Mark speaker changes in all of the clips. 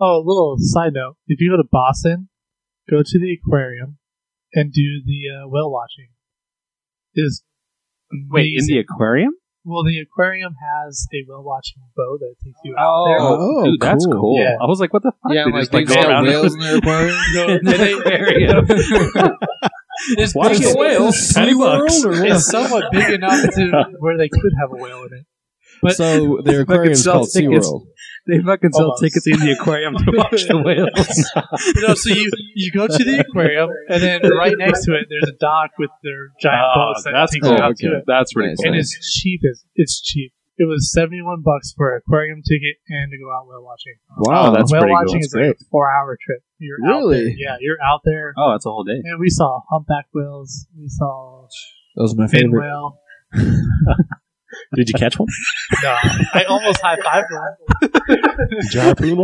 Speaker 1: Oh, a little side note. If you go to Boston, go to the aquarium and do the uh, whale watching. It is
Speaker 2: Wait, in
Speaker 1: amazing.
Speaker 2: the aquarium?
Speaker 1: well, the aquarium has a whale watching boat that takes you out
Speaker 2: Oh,
Speaker 1: there.
Speaker 3: Oh,
Speaker 2: dude, that's
Speaker 3: cool.
Speaker 2: cool.
Speaker 1: Yeah.
Speaker 2: I was like, what the fuck?
Speaker 4: Yeah,
Speaker 2: They
Speaker 4: like
Speaker 2: just,
Speaker 4: they
Speaker 2: go
Speaker 4: got
Speaker 2: around
Speaker 4: whales in their aquarium.
Speaker 2: in the aquarium.
Speaker 4: There's
Speaker 2: Watch
Speaker 4: big
Speaker 2: it.
Speaker 4: whales.
Speaker 2: Tiny bucks.
Speaker 1: It's somewhat big enough to where they could have a whale in it. But
Speaker 3: so their
Speaker 2: fucking
Speaker 3: aquarium's
Speaker 2: sell
Speaker 3: called
Speaker 2: tickets.
Speaker 3: SeaWorld.
Speaker 2: They fucking sell
Speaker 1: Almost.
Speaker 2: tickets in the aquarium to watch the whales.
Speaker 1: you know, so you you go to the aquarium and then right next to it there's a dock with their giant
Speaker 2: Oh,
Speaker 1: boats that
Speaker 2: that's
Speaker 1: takes
Speaker 2: cool.
Speaker 1: you out to
Speaker 2: Okay.
Speaker 1: it.
Speaker 2: That's pretty
Speaker 3: Nice.
Speaker 2: cool.
Speaker 1: And it's cheap as it's cheap. It was seventy one bucks for an aquarium ticket and to go out whale watching. Um,
Speaker 3: Wow,
Speaker 2: Oh, that's
Speaker 1: whale
Speaker 2: pretty cool.
Speaker 1: watching
Speaker 2: That's
Speaker 1: is like a four hour trip. You're Out there.
Speaker 3: Really?
Speaker 1: Yeah, you're out there.
Speaker 2: Oh, that's a whole day.
Speaker 1: And we saw humpback whales. We saw
Speaker 3: that was my
Speaker 1: fin
Speaker 3: favorite.
Speaker 1: whale.
Speaker 5: Did you catch one?
Speaker 1: No, I almost high fived one.
Speaker 3: Did you harpoon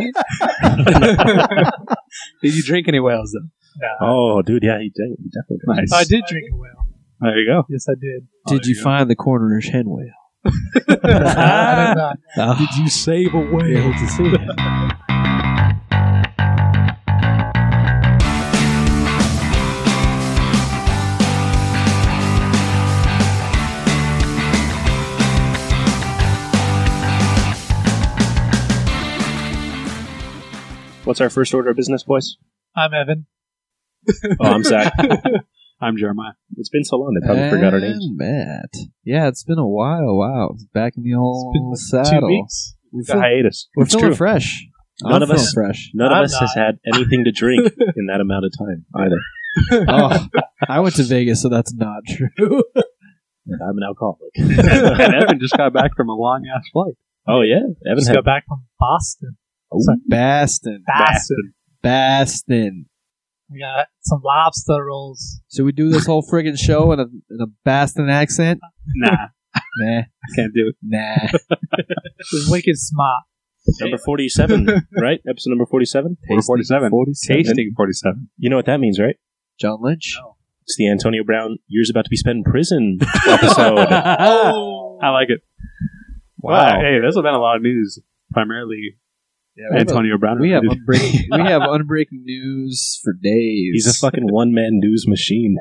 Speaker 3: one?
Speaker 2: Did you drink any whales though?
Speaker 1: No.
Speaker 5: Oh, dude, yeah, he, did. he definitely did.
Speaker 2: Nice.
Speaker 1: I did drink a whale. Oh,
Speaker 2: There you go.
Speaker 1: Yes, I did.
Speaker 3: Did you find the coroner's hen whale?
Speaker 2: Ah.
Speaker 1: I did not.
Speaker 3: Did you save a whale to see that?
Speaker 5: What's our first order of business, boys?
Speaker 1: I'm Evan.
Speaker 5: Oh, I'm Zach.
Speaker 2: I'm Jeremiah.
Speaker 5: It's been so long they probably forgot our names.
Speaker 3: And Matt. Yeah, it's been a while. Wow, it's back in the old
Speaker 1: Two
Speaker 3: saddle.
Speaker 1: weeks.
Speaker 3: We're
Speaker 5: The
Speaker 3: feeling,
Speaker 5: hiatus.
Speaker 3: we're
Speaker 5: It's
Speaker 3: feeling
Speaker 5: true.
Speaker 3: fresh.
Speaker 5: None
Speaker 3: I'm
Speaker 5: of
Speaker 3: feeling
Speaker 5: us-
Speaker 3: fresh.
Speaker 5: None
Speaker 1: I'm
Speaker 5: of us has
Speaker 1: not.
Speaker 5: had anything to drink in that amount of time either.
Speaker 3: oh, I went to Vegas, so that's not true.
Speaker 5: I'm an alcoholic.
Speaker 2: and Evan just got back from a long ass flight.
Speaker 5: Oh yeah, Evan
Speaker 1: Just
Speaker 5: had
Speaker 1: got back from Boston.
Speaker 3: Bastin,
Speaker 1: Boston.
Speaker 3: Bastin.
Speaker 1: We got some lobster rolls.
Speaker 3: Should we do this whole friggin' show in a in a Bastin accent?
Speaker 2: Nah, I
Speaker 3: Nah,
Speaker 2: can't do it.
Speaker 3: nah.
Speaker 1: It was wicked smart.
Speaker 5: number forty-seven, right? Episode number forty-seven.
Speaker 2: We're 47. Tasting 47.
Speaker 5: You know what that means, right?
Speaker 3: John Lynch.
Speaker 5: It's the Antonio Brown "Years About to Be Spent in Prison" episode.
Speaker 1: Oh.
Speaker 2: I like it. Wow. Hey, there's been a lot of news, primarily
Speaker 3: we have
Speaker 2: Antonio Brown.
Speaker 3: We have
Speaker 2: related.
Speaker 3: unbreaking, we have unbreaking news for days.
Speaker 5: He's a fucking one-man news machine.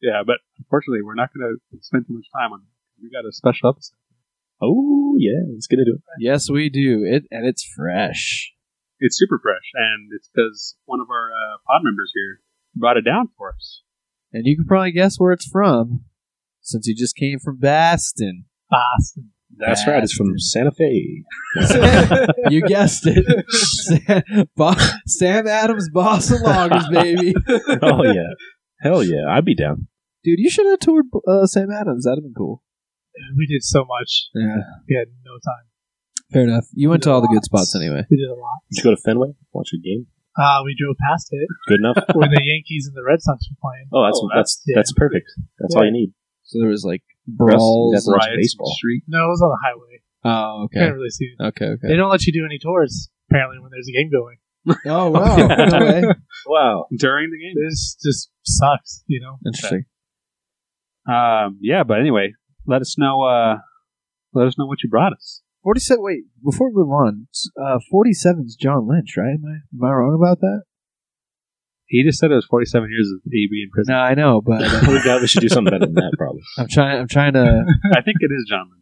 Speaker 2: yeah, but unfortunately, we're not going to spend too much time on it. We got a special episode.
Speaker 5: Oh yeah, it's gonna do it.
Speaker 3: yes, we do it, and it's fresh.
Speaker 2: It's super fresh, and it's because one of our uh, pod members here brought it down for us.
Speaker 3: And you can probably guess where it's from, since he just came from Bastin.
Speaker 1: Boston.
Speaker 5: That's right. It's from Santa Fe.
Speaker 3: you guessed it, Sam, Bo- Sam Adams, Boston Loggers, baby.
Speaker 5: Oh yeah, hell yeah, I'd be down.
Speaker 3: Dude, you should have toured uh, Sam Adams. That'd have been cool.
Speaker 1: We did so much.
Speaker 3: Yeah,
Speaker 1: We had no time.
Speaker 3: fair enough. You went to all the good spots anyway.
Speaker 1: We did a lot.
Speaker 5: Did you go to Fenway? Watch a game?
Speaker 1: Uh, we drove past it
Speaker 5: Good enough.
Speaker 1: when the Yankees and the Red Sox were playing.
Speaker 5: Oh, that's
Speaker 2: Oh,
Speaker 5: that's
Speaker 1: yeah.
Speaker 5: that's perfect. That's all you need.
Speaker 3: So there was like
Speaker 5: us,
Speaker 3: brawls.
Speaker 5: that's Watch
Speaker 2: Riots in the
Speaker 5: baseball.
Speaker 2: Street.
Speaker 1: No, it was on the highway.
Speaker 3: Oh, okay,
Speaker 1: Can't really see it.
Speaker 3: okay,
Speaker 1: They
Speaker 3: okay.
Speaker 1: don't let you do any tours, apparently, when there's a game going.
Speaker 3: Oh wow, no way.
Speaker 5: Wow.
Speaker 2: During the game.
Speaker 1: This just sucks, you know?
Speaker 3: Interesting.
Speaker 2: Um, yeah, but anyway, let us know. Uh, let us know what you brought us.
Speaker 3: Forty-seven. Wait, before we move on, s- uh, forty-seven's John Lynch, right? Am I, am I wrong about that?
Speaker 2: He just said it was forty-seven years of AB in prison.
Speaker 3: No, I know, but uh,
Speaker 5: we got- we should do something better than that, probably.
Speaker 3: I'm trying. I'm trying to.
Speaker 2: I think it is John Lynch.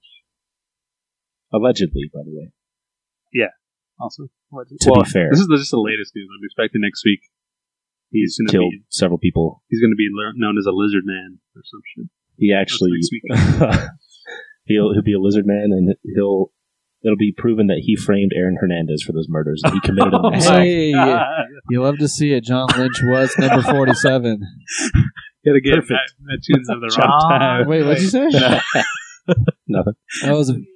Speaker 5: Allegedly, by the way.
Speaker 2: Also, What-
Speaker 5: To
Speaker 2: well,
Speaker 5: be fair,
Speaker 2: this is just the latest news. I'm expecting next week. He's gonna
Speaker 5: killed
Speaker 2: be
Speaker 5: several people.
Speaker 2: he's gonna be lear- known as a lizard man or some shit.
Speaker 5: He actually
Speaker 2: next week.
Speaker 5: he'll he'll be a lizard man, and he'll it'll be proven that he framed Aaron Hernandez for those murders that he committed
Speaker 2: Oh
Speaker 5: on
Speaker 2: my
Speaker 5: himself.
Speaker 3: hey, you love to see it. John Lynch was number forty-seven.
Speaker 2: Yet again,
Speaker 5: Perfect.
Speaker 2: that, that tune's of the wrong
Speaker 1: John-
Speaker 2: time.
Speaker 3: Wait, what'd you say?
Speaker 5: Nothing.
Speaker 3: I wasn't.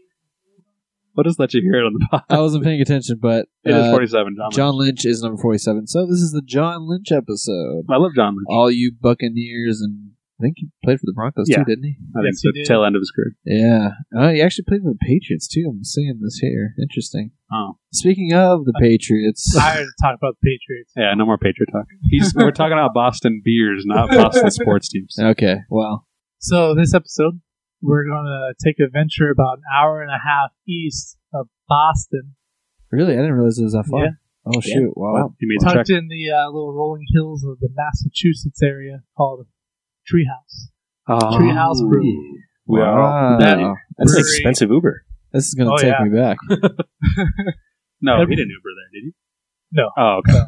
Speaker 2: We'll just let you hear it on the pod.
Speaker 3: I wasn't paying attention, but
Speaker 2: It is
Speaker 3: uh,
Speaker 2: forty-seven. John.
Speaker 3: John Lynch is number forty-seven. So this is the John Lynch episode.
Speaker 2: Lynch. I love John Lynch.
Speaker 3: All you Buccaneers and I think he played for the Broncos
Speaker 2: Yeah.
Speaker 3: too, didn't he?
Speaker 2: I
Speaker 1: Yes,
Speaker 2: think
Speaker 1: he
Speaker 2: the
Speaker 1: did.
Speaker 2: tail end of his career.
Speaker 3: Yeah. Uh, he actually played for the Patriots too. I'm seeing this here. Interesting.
Speaker 2: Oh,
Speaker 3: Speaking of the Patriots,
Speaker 1: I to talk about the Patriots.
Speaker 2: yeah. No more Patriot talk. He's, we're talking about Boston beers, not Boston sports teams.
Speaker 3: okay. Well,
Speaker 1: So this episode, we're gonna take a venture about an hour and a half east of Boston.
Speaker 3: really, I didn't realize it was that far.
Speaker 1: Yeah.
Speaker 3: Oh shoot! Wow.
Speaker 2: You made the
Speaker 1: tucked
Speaker 2: truck.
Speaker 1: in the uh, little rolling hills of the Massachusetts area called Treehouse.
Speaker 2: Oh,
Speaker 1: Treehouse Brew.
Speaker 2: Well,
Speaker 3: Wow.
Speaker 2: that-
Speaker 5: That's an
Speaker 1: Brewery.
Speaker 5: expensive Uber.
Speaker 3: This is gonna
Speaker 1: Oh,
Speaker 3: take
Speaker 1: yeah.
Speaker 3: me back.
Speaker 2: no,
Speaker 1: Every-
Speaker 2: he didn't Uber there, did he?
Speaker 1: No.
Speaker 2: Oh, okay.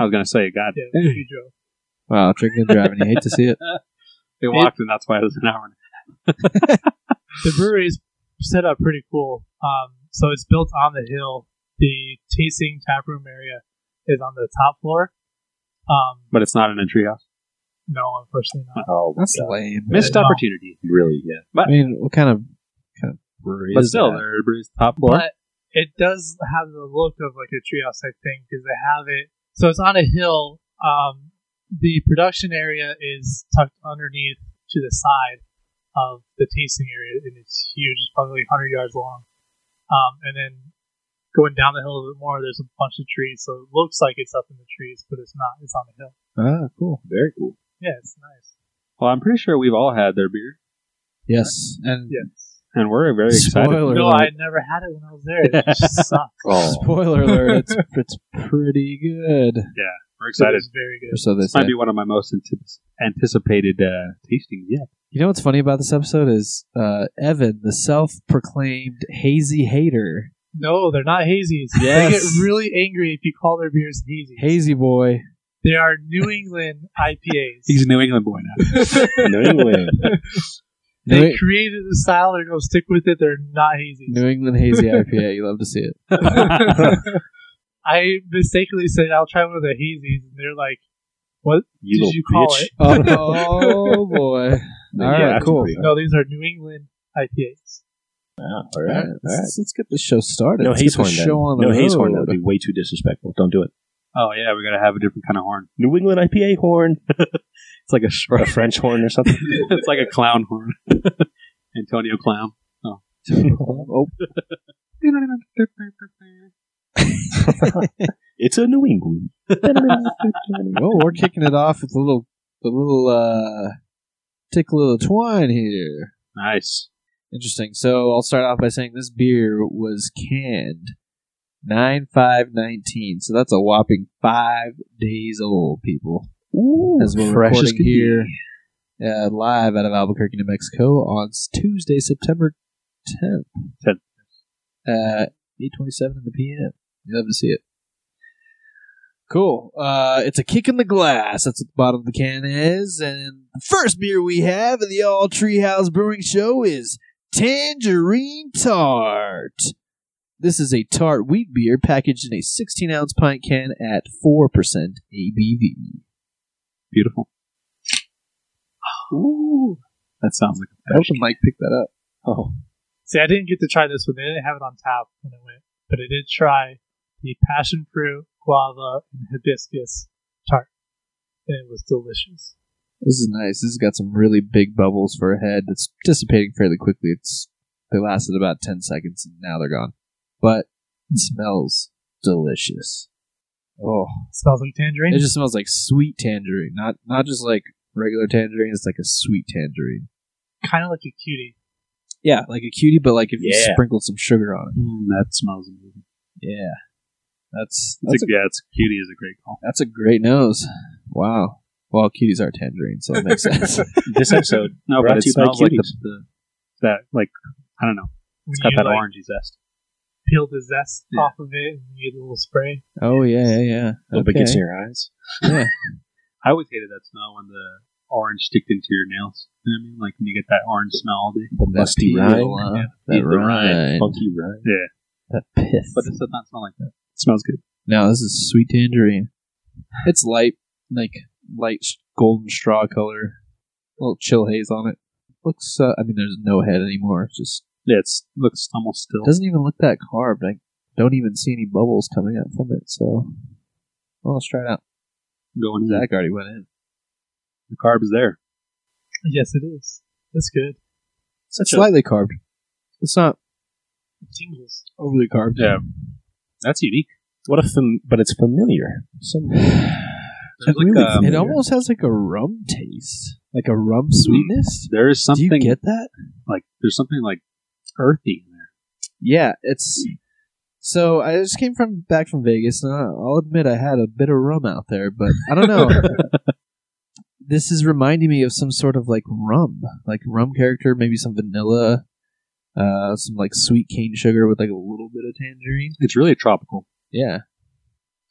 Speaker 2: I was gonna say, God,
Speaker 1: Yeah, we drove.
Speaker 3: Wow, drinking and driving. You hate to see it.
Speaker 2: they walked, and that's why it was an hour. and
Speaker 1: The brewery is set up pretty cool. Um, so it's built on the hill. The tasting taproom area is on the top floor. Um,
Speaker 2: But it's not in a treehouse.
Speaker 1: no, unfortunately not.
Speaker 5: Oh,
Speaker 3: That's lame.
Speaker 2: Missed
Speaker 1: no.
Speaker 2: opportunity.
Speaker 5: really? Yeah.
Speaker 3: I mean, what kind of kind of brewery?
Speaker 2: But
Speaker 3: is
Speaker 2: still,
Speaker 3: that?
Speaker 2: they're Brewery's top floor.
Speaker 1: But it does have the look of like a treehouse type thing because they have it. So it's on a hill. Um, the production area is tucked underneath to the side of the tasting area, and it's huge. It's probably 100 yards long. Um, and then going down the hill a little bit more, there's a bunch of trees. So it looks like it's up in the trees, but it's not. It's on the hill.
Speaker 3: ah, cool.
Speaker 5: Very cool.
Speaker 1: Yeah, it's nice.
Speaker 2: Well, I'm pretty sure we've all had their beer,
Speaker 3: Yes, and
Speaker 1: Yes.
Speaker 2: and we're very excited.
Speaker 3: spoiler
Speaker 1: No, I
Speaker 3: alert.
Speaker 1: never had it when I was there. It just sucked.
Speaker 5: Oh,
Speaker 3: Spoiler alert. It's it's pretty good.
Speaker 2: We're
Speaker 1: It
Speaker 2: excited.
Speaker 1: was very
Speaker 3: Or
Speaker 1: good.
Speaker 3: so they
Speaker 2: This
Speaker 3: say.
Speaker 2: might be one of my most antici- anticipated uh, tastings yet.
Speaker 3: You know what's funny about this episode is uh, Evan, the self-proclaimed hazy hater,
Speaker 1: No, they're not hazies. They
Speaker 3: Yes.
Speaker 1: get really angry if you call their beers hazy.
Speaker 3: hazy boy.
Speaker 1: They are New England IPAs.
Speaker 2: He's a New England boy now.
Speaker 5: New England.
Speaker 1: they
Speaker 3: New, E-
Speaker 1: created the style. They're going to stick with it. They're not hazy.
Speaker 3: New E- England hazy IPA. You love to see it.
Speaker 1: I mistakenly said, I'll try one of the hazies. And they're like, what
Speaker 5: You
Speaker 1: did
Speaker 5: little
Speaker 1: you call
Speaker 5: bitch.
Speaker 1: it?
Speaker 3: Oh, oh, boy!
Speaker 5: Yeah,
Speaker 3: All right,
Speaker 5: that's
Speaker 3: cool.
Speaker 5: pretty
Speaker 1: No, these are New England IPAs.
Speaker 5: Wow, all
Speaker 3: All
Speaker 5: right,
Speaker 3: right,
Speaker 5: all right.
Speaker 3: let's, let's get this show started.
Speaker 5: No
Speaker 3: Let's
Speaker 5: haze
Speaker 3: get
Speaker 5: horn.
Speaker 3: this
Speaker 5: Then.
Speaker 3: show on the
Speaker 5: no haze horn. That
Speaker 3: road.
Speaker 5: would be way too disrespectful. Don't do it.
Speaker 2: oh yeah, we gotta have a different kind of horn.
Speaker 5: New England IPA horn. it's like a, sh- a French horn or something.
Speaker 2: it's like a clown horn. Antonio Clown.
Speaker 3: oh,
Speaker 5: it's a New England.
Speaker 3: well, we're kicking it off with a little, a little uh, tickle of the twine here.
Speaker 2: Nice.
Speaker 3: Interesting. So I'll start off by saying this beer was canned nine five nineteen. So that's a whopping five days old, people.
Speaker 5: Ooh,
Speaker 3: As we're
Speaker 5: fresh as
Speaker 3: recording
Speaker 5: can be.
Speaker 3: here uh, live out of Albuquerque, New Mexico, on s- Tuesday, September tenth,
Speaker 2: Tenth.
Speaker 3: uh, eight twenty seven in the p.m. You love to see it. Cool. Uh, it's a kick in the glass. That's what the bottom of the can is. And the first beer we have in the All Treehouse Brewing Show is Tangerine Tart. This is a tart wheat beer packaged in a 16 ounce pint can at 4% ABV.
Speaker 2: Beautiful. Ooh. That sounds like
Speaker 3: I hope the mic picked that up.
Speaker 5: Oh,
Speaker 1: See, I didn't get to try this one. They didn't have it on tap when I went, but I did try the passion fruit, guava, and hibiscus tart, and it was delicious.
Speaker 3: This is nice. This has got some really big bubbles for a head that's dissipating fairly quickly. It's they lasted about ten seconds and now they're gone. But it smells delicious. Oh,
Speaker 1: smells like tangerine.
Speaker 3: it just smells like sweet tangerine, not not just like regular tangerine. It's like a sweet tangerine.
Speaker 1: kind of like a cutie.
Speaker 3: Yeah, like a cutie, but like if you
Speaker 5: Yeah.
Speaker 3: sprinkled some sugar on it.
Speaker 2: Mm, that smells amazing.
Speaker 3: Yeah, that's
Speaker 2: It's
Speaker 3: that's
Speaker 2: a,
Speaker 3: a,
Speaker 2: yeah, it's cutie is a great call.
Speaker 3: that's a great nose. Wow. Well, cuties are tangerine, so it makes sense.
Speaker 5: this episode.
Speaker 2: No,
Speaker 5: Brought
Speaker 2: but it
Speaker 5: to you by
Speaker 2: smells like the,
Speaker 5: cuties.
Speaker 2: the that like I don't know.
Speaker 1: When
Speaker 2: It's got
Speaker 1: you,
Speaker 2: that
Speaker 1: like,
Speaker 2: orangey zest.
Speaker 1: peel the zest
Speaker 2: Yeah.
Speaker 1: off of it and you get a little spray.
Speaker 3: oh yeah, yeah, yeah.
Speaker 5: A little bit
Speaker 3: Okay.
Speaker 5: gets in your eyes.
Speaker 2: I always hated that smell when the orange sticked into your nails. You know what I mean? Like when you get that orange smell all day.
Speaker 5: The
Speaker 3: That
Speaker 5: musty
Speaker 3: peel,
Speaker 5: rind.
Speaker 3: huh?
Speaker 2: Yeah.
Speaker 3: That
Speaker 5: The rind.
Speaker 3: rind.
Speaker 5: Funky rind.
Speaker 3: That pith.
Speaker 2: But this does not smell like that. It smells good.
Speaker 3: No, this is sweet tangerine. It's light, like light sh- golden straw color. A little chill haze on it. Looks. Uh, I mean, there's no head anymore. It's just
Speaker 2: Yeah, it's looks almost still.
Speaker 3: doesn't even look that carved. I don't even see any bubbles coming up from it. So, well, let's try it out.
Speaker 2: going in.
Speaker 3: Zach already went in.
Speaker 2: The carb's there.
Speaker 1: Yes, it is. That's good.
Speaker 3: It's slightly carved. It's not
Speaker 1: It tingles.
Speaker 3: overly carved.
Speaker 2: Yeah. That's unique.
Speaker 5: What a fam- but it's familiar. Some
Speaker 2: There's like,
Speaker 5: Really
Speaker 2: um,
Speaker 3: it almost has like a rum taste, like a rum sweetness.
Speaker 2: there is
Speaker 3: Do
Speaker 2: something
Speaker 3: you get that?
Speaker 2: like there's something like earthy in there.
Speaker 3: Yeah, it's So I just came from back from Vegas, and I- I'll admit I had a bit of rum out there, but I don't know. this is reminding me of some sort of like rum, like rum character, maybe some vanilla, uh, some like sweet cane sugar with like a little bit of tangerine.
Speaker 2: It's really tropical.
Speaker 3: Yeah,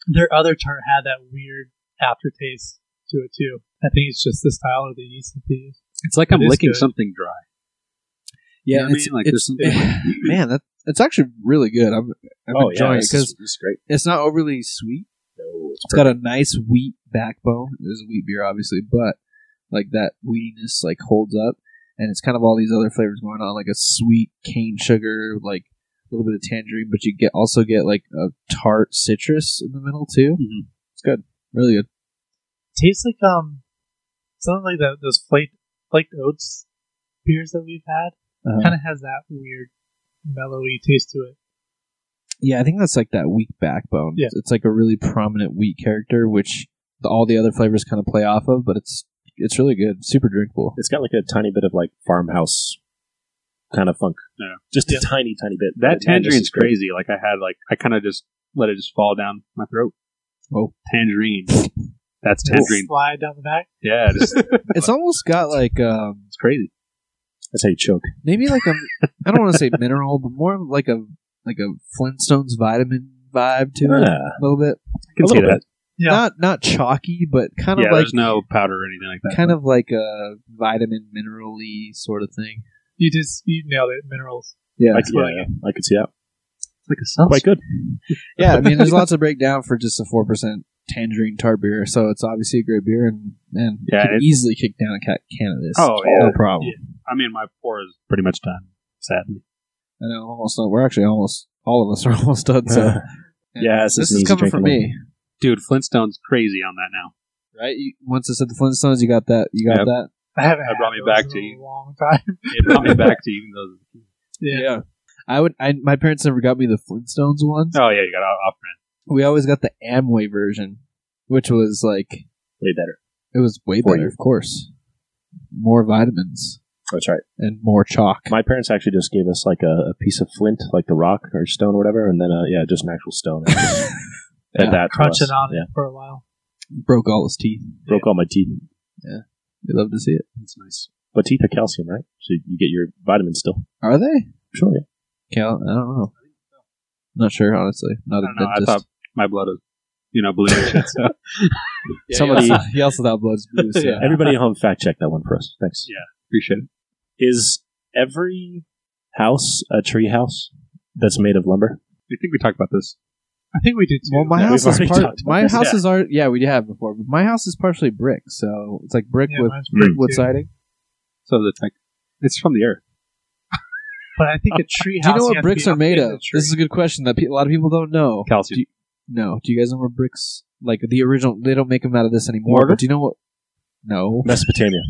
Speaker 1: Their other tart had that weird aftertaste to it too. I think it's just the style of the yeast that they use.
Speaker 2: It's like I'm
Speaker 1: It is
Speaker 2: licking
Speaker 1: good.
Speaker 2: something dry.
Speaker 3: yeah.
Speaker 2: You know what I
Speaker 3: it's,
Speaker 2: mean? Like,
Speaker 3: it's-
Speaker 2: there's
Speaker 3: man, that it's actually really good. I'm, I'm
Speaker 5: oh yeah,
Speaker 3: enjoying it
Speaker 5: this
Speaker 3: 'cause
Speaker 5: is, this is great.
Speaker 3: it's not overly sweet.
Speaker 5: No, it's
Speaker 3: It's got a nice wheat backbone. It is a wheat beer, obviously, but like that wheatiness like holds up, and it's kind of all these other flavors going on, like a sweet cane sugar, like a little bit of tangerine, but you get also get like a tart citrus in the middle too.
Speaker 2: Mhm.
Speaker 3: It's good, really good.
Speaker 1: tastes like um something like that those flaked flaked oats beers that we've had.
Speaker 3: Uh-huh.
Speaker 1: Kind of has that weird mellowy taste to it.
Speaker 3: Yeah, I think that's like that weak backbone.
Speaker 1: Yeah.
Speaker 3: It's like a really prominent wheat character, which the, all the other flavors kind of play off of, but it's it's really good, super drinkable.
Speaker 5: It's got like a tiny bit of like farmhouse kind of funk.
Speaker 2: Yeah.
Speaker 5: Just
Speaker 1: Yeah.
Speaker 5: a tiny, tiny bit.
Speaker 2: That
Speaker 5: But man, this
Speaker 2: tangerine's
Speaker 5: is great.
Speaker 2: crazy. Like I had like I kind of just let it just fall down my throat.
Speaker 3: Oh.
Speaker 2: tangerine. That's tangerine.
Speaker 1: Slide down the back.
Speaker 2: Yeah, just,
Speaker 3: It's almost got like um,
Speaker 2: it's crazy.
Speaker 5: That's how you choke.
Speaker 3: maybe like a I don't want to say mineral, but more of like a like a Flintstones vitamin vibe to it
Speaker 5: Ah,
Speaker 3: a little bit.
Speaker 2: I can
Speaker 5: A
Speaker 2: see
Speaker 5: little
Speaker 2: that.
Speaker 1: Yeah.
Speaker 3: Not not chalky, but kind of
Speaker 2: yeah,
Speaker 3: like
Speaker 2: there's no powder or anything like that.
Speaker 3: kind of like a vitamin minerally sort of thing.
Speaker 1: You just you nailed it. Minerals.
Speaker 3: Yeah,
Speaker 5: I, c- yeah, I could see that.
Speaker 2: It's like a sun.
Speaker 5: Quite good.
Speaker 3: yeah. I mean, there's lots of breakdown for just a four percent tangerine tart beer, so it's obviously a great beer, and and
Speaker 2: Yeah,
Speaker 3: you can
Speaker 2: it-
Speaker 3: easily kick down a ca- can of this.
Speaker 2: Oh, yeah.
Speaker 3: no problem.
Speaker 2: I mean, my pour is pretty much done. Sadly,
Speaker 3: I know, almost done. We're actually almost all of us are almost done. So
Speaker 5: Yeah, this
Speaker 3: this
Speaker 5: is an
Speaker 3: is
Speaker 5: easy
Speaker 3: coming
Speaker 5: drink
Speaker 3: from
Speaker 5: alone.
Speaker 3: me.
Speaker 2: dude, Flintstone's crazy on that now.
Speaker 3: Right, you, once I said the Flintstones, you got that. You
Speaker 2: Yep.
Speaker 3: got that.
Speaker 1: I haven't.
Speaker 2: That
Speaker 1: had
Speaker 2: brought me
Speaker 1: those
Speaker 2: back
Speaker 1: in
Speaker 2: to
Speaker 1: a
Speaker 2: you.
Speaker 1: Long time.
Speaker 2: It brought me back to even though.
Speaker 1: Yeah.
Speaker 3: I would. I, my parents never got me the Flintstones ones.
Speaker 2: Oh yeah, you got off brand.
Speaker 3: We always got the Amway version, which was like it
Speaker 5: Way better.
Speaker 3: was way
Speaker 5: For
Speaker 3: better,
Speaker 5: you.
Speaker 3: of course. More vitamins
Speaker 5: Oh, That's right.
Speaker 3: and more chalk.
Speaker 5: My parents actually just gave us like a, a piece of flint, like the rock or stone or whatever, and then uh, yeah, just an actual stone. And
Speaker 3: Yeah,
Speaker 5: that to
Speaker 1: Crunching
Speaker 5: us.
Speaker 1: on
Speaker 5: yeah,
Speaker 1: it for a while.
Speaker 3: Broke all his teeth.
Speaker 5: broke all my teeth.
Speaker 3: We love to see it.
Speaker 2: It's nice.
Speaker 5: But teeth are calcium, right? So you get your vitamins still.
Speaker 3: Are they?
Speaker 5: Sure. Yeah.
Speaker 3: Cal, I don't know. Not sure, honestly.
Speaker 2: I
Speaker 3: Not a
Speaker 2: don't know. I
Speaker 3: dentist.
Speaker 2: thought my blood was, you know, blue and shit. So. Yeah,
Speaker 5: Somebody-
Speaker 2: yeah,
Speaker 3: he, also thought blood was blue. So.
Speaker 2: Yeah.
Speaker 5: Everybody at home, fact check that one for us. Thanks.
Speaker 2: Yeah. appreciate it.
Speaker 5: Is every house a tree house that's made of lumber?
Speaker 2: I think we talked about this.
Speaker 1: I think we did too.
Speaker 3: Well, my
Speaker 5: Yeah,
Speaker 3: house
Speaker 5: we've
Speaker 3: is
Speaker 5: already
Speaker 3: part,
Speaker 5: talked about
Speaker 3: my
Speaker 5: this,
Speaker 3: house
Speaker 2: yeah.
Speaker 3: is our yeah we have before but my house is partially brick so it's like brick
Speaker 1: Yeah,
Speaker 3: with
Speaker 1: mine's
Speaker 5: Mm.
Speaker 3: wood
Speaker 1: too.
Speaker 3: siding.
Speaker 2: So the tech, it's from the earth.
Speaker 1: But I think a tree
Speaker 3: Do
Speaker 1: house.
Speaker 3: you know
Speaker 1: have
Speaker 3: what
Speaker 1: to
Speaker 3: bricks
Speaker 1: be
Speaker 3: are
Speaker 1: up
Speaker 3: made
Speaker 1: in the
Speaker 3: of?
Speaker 1: tree.
Speaker 3: This is a good question that pe- a lot of people don't know.
Speaker 2: Calcium.
Speaker 3: No. Do you guys know where bricks like the original? They don't make them out of this anymore.
Speaker 5: Mortar?
Speaker 3: But do you know what? No,
Speaker 5: Mesopotamia.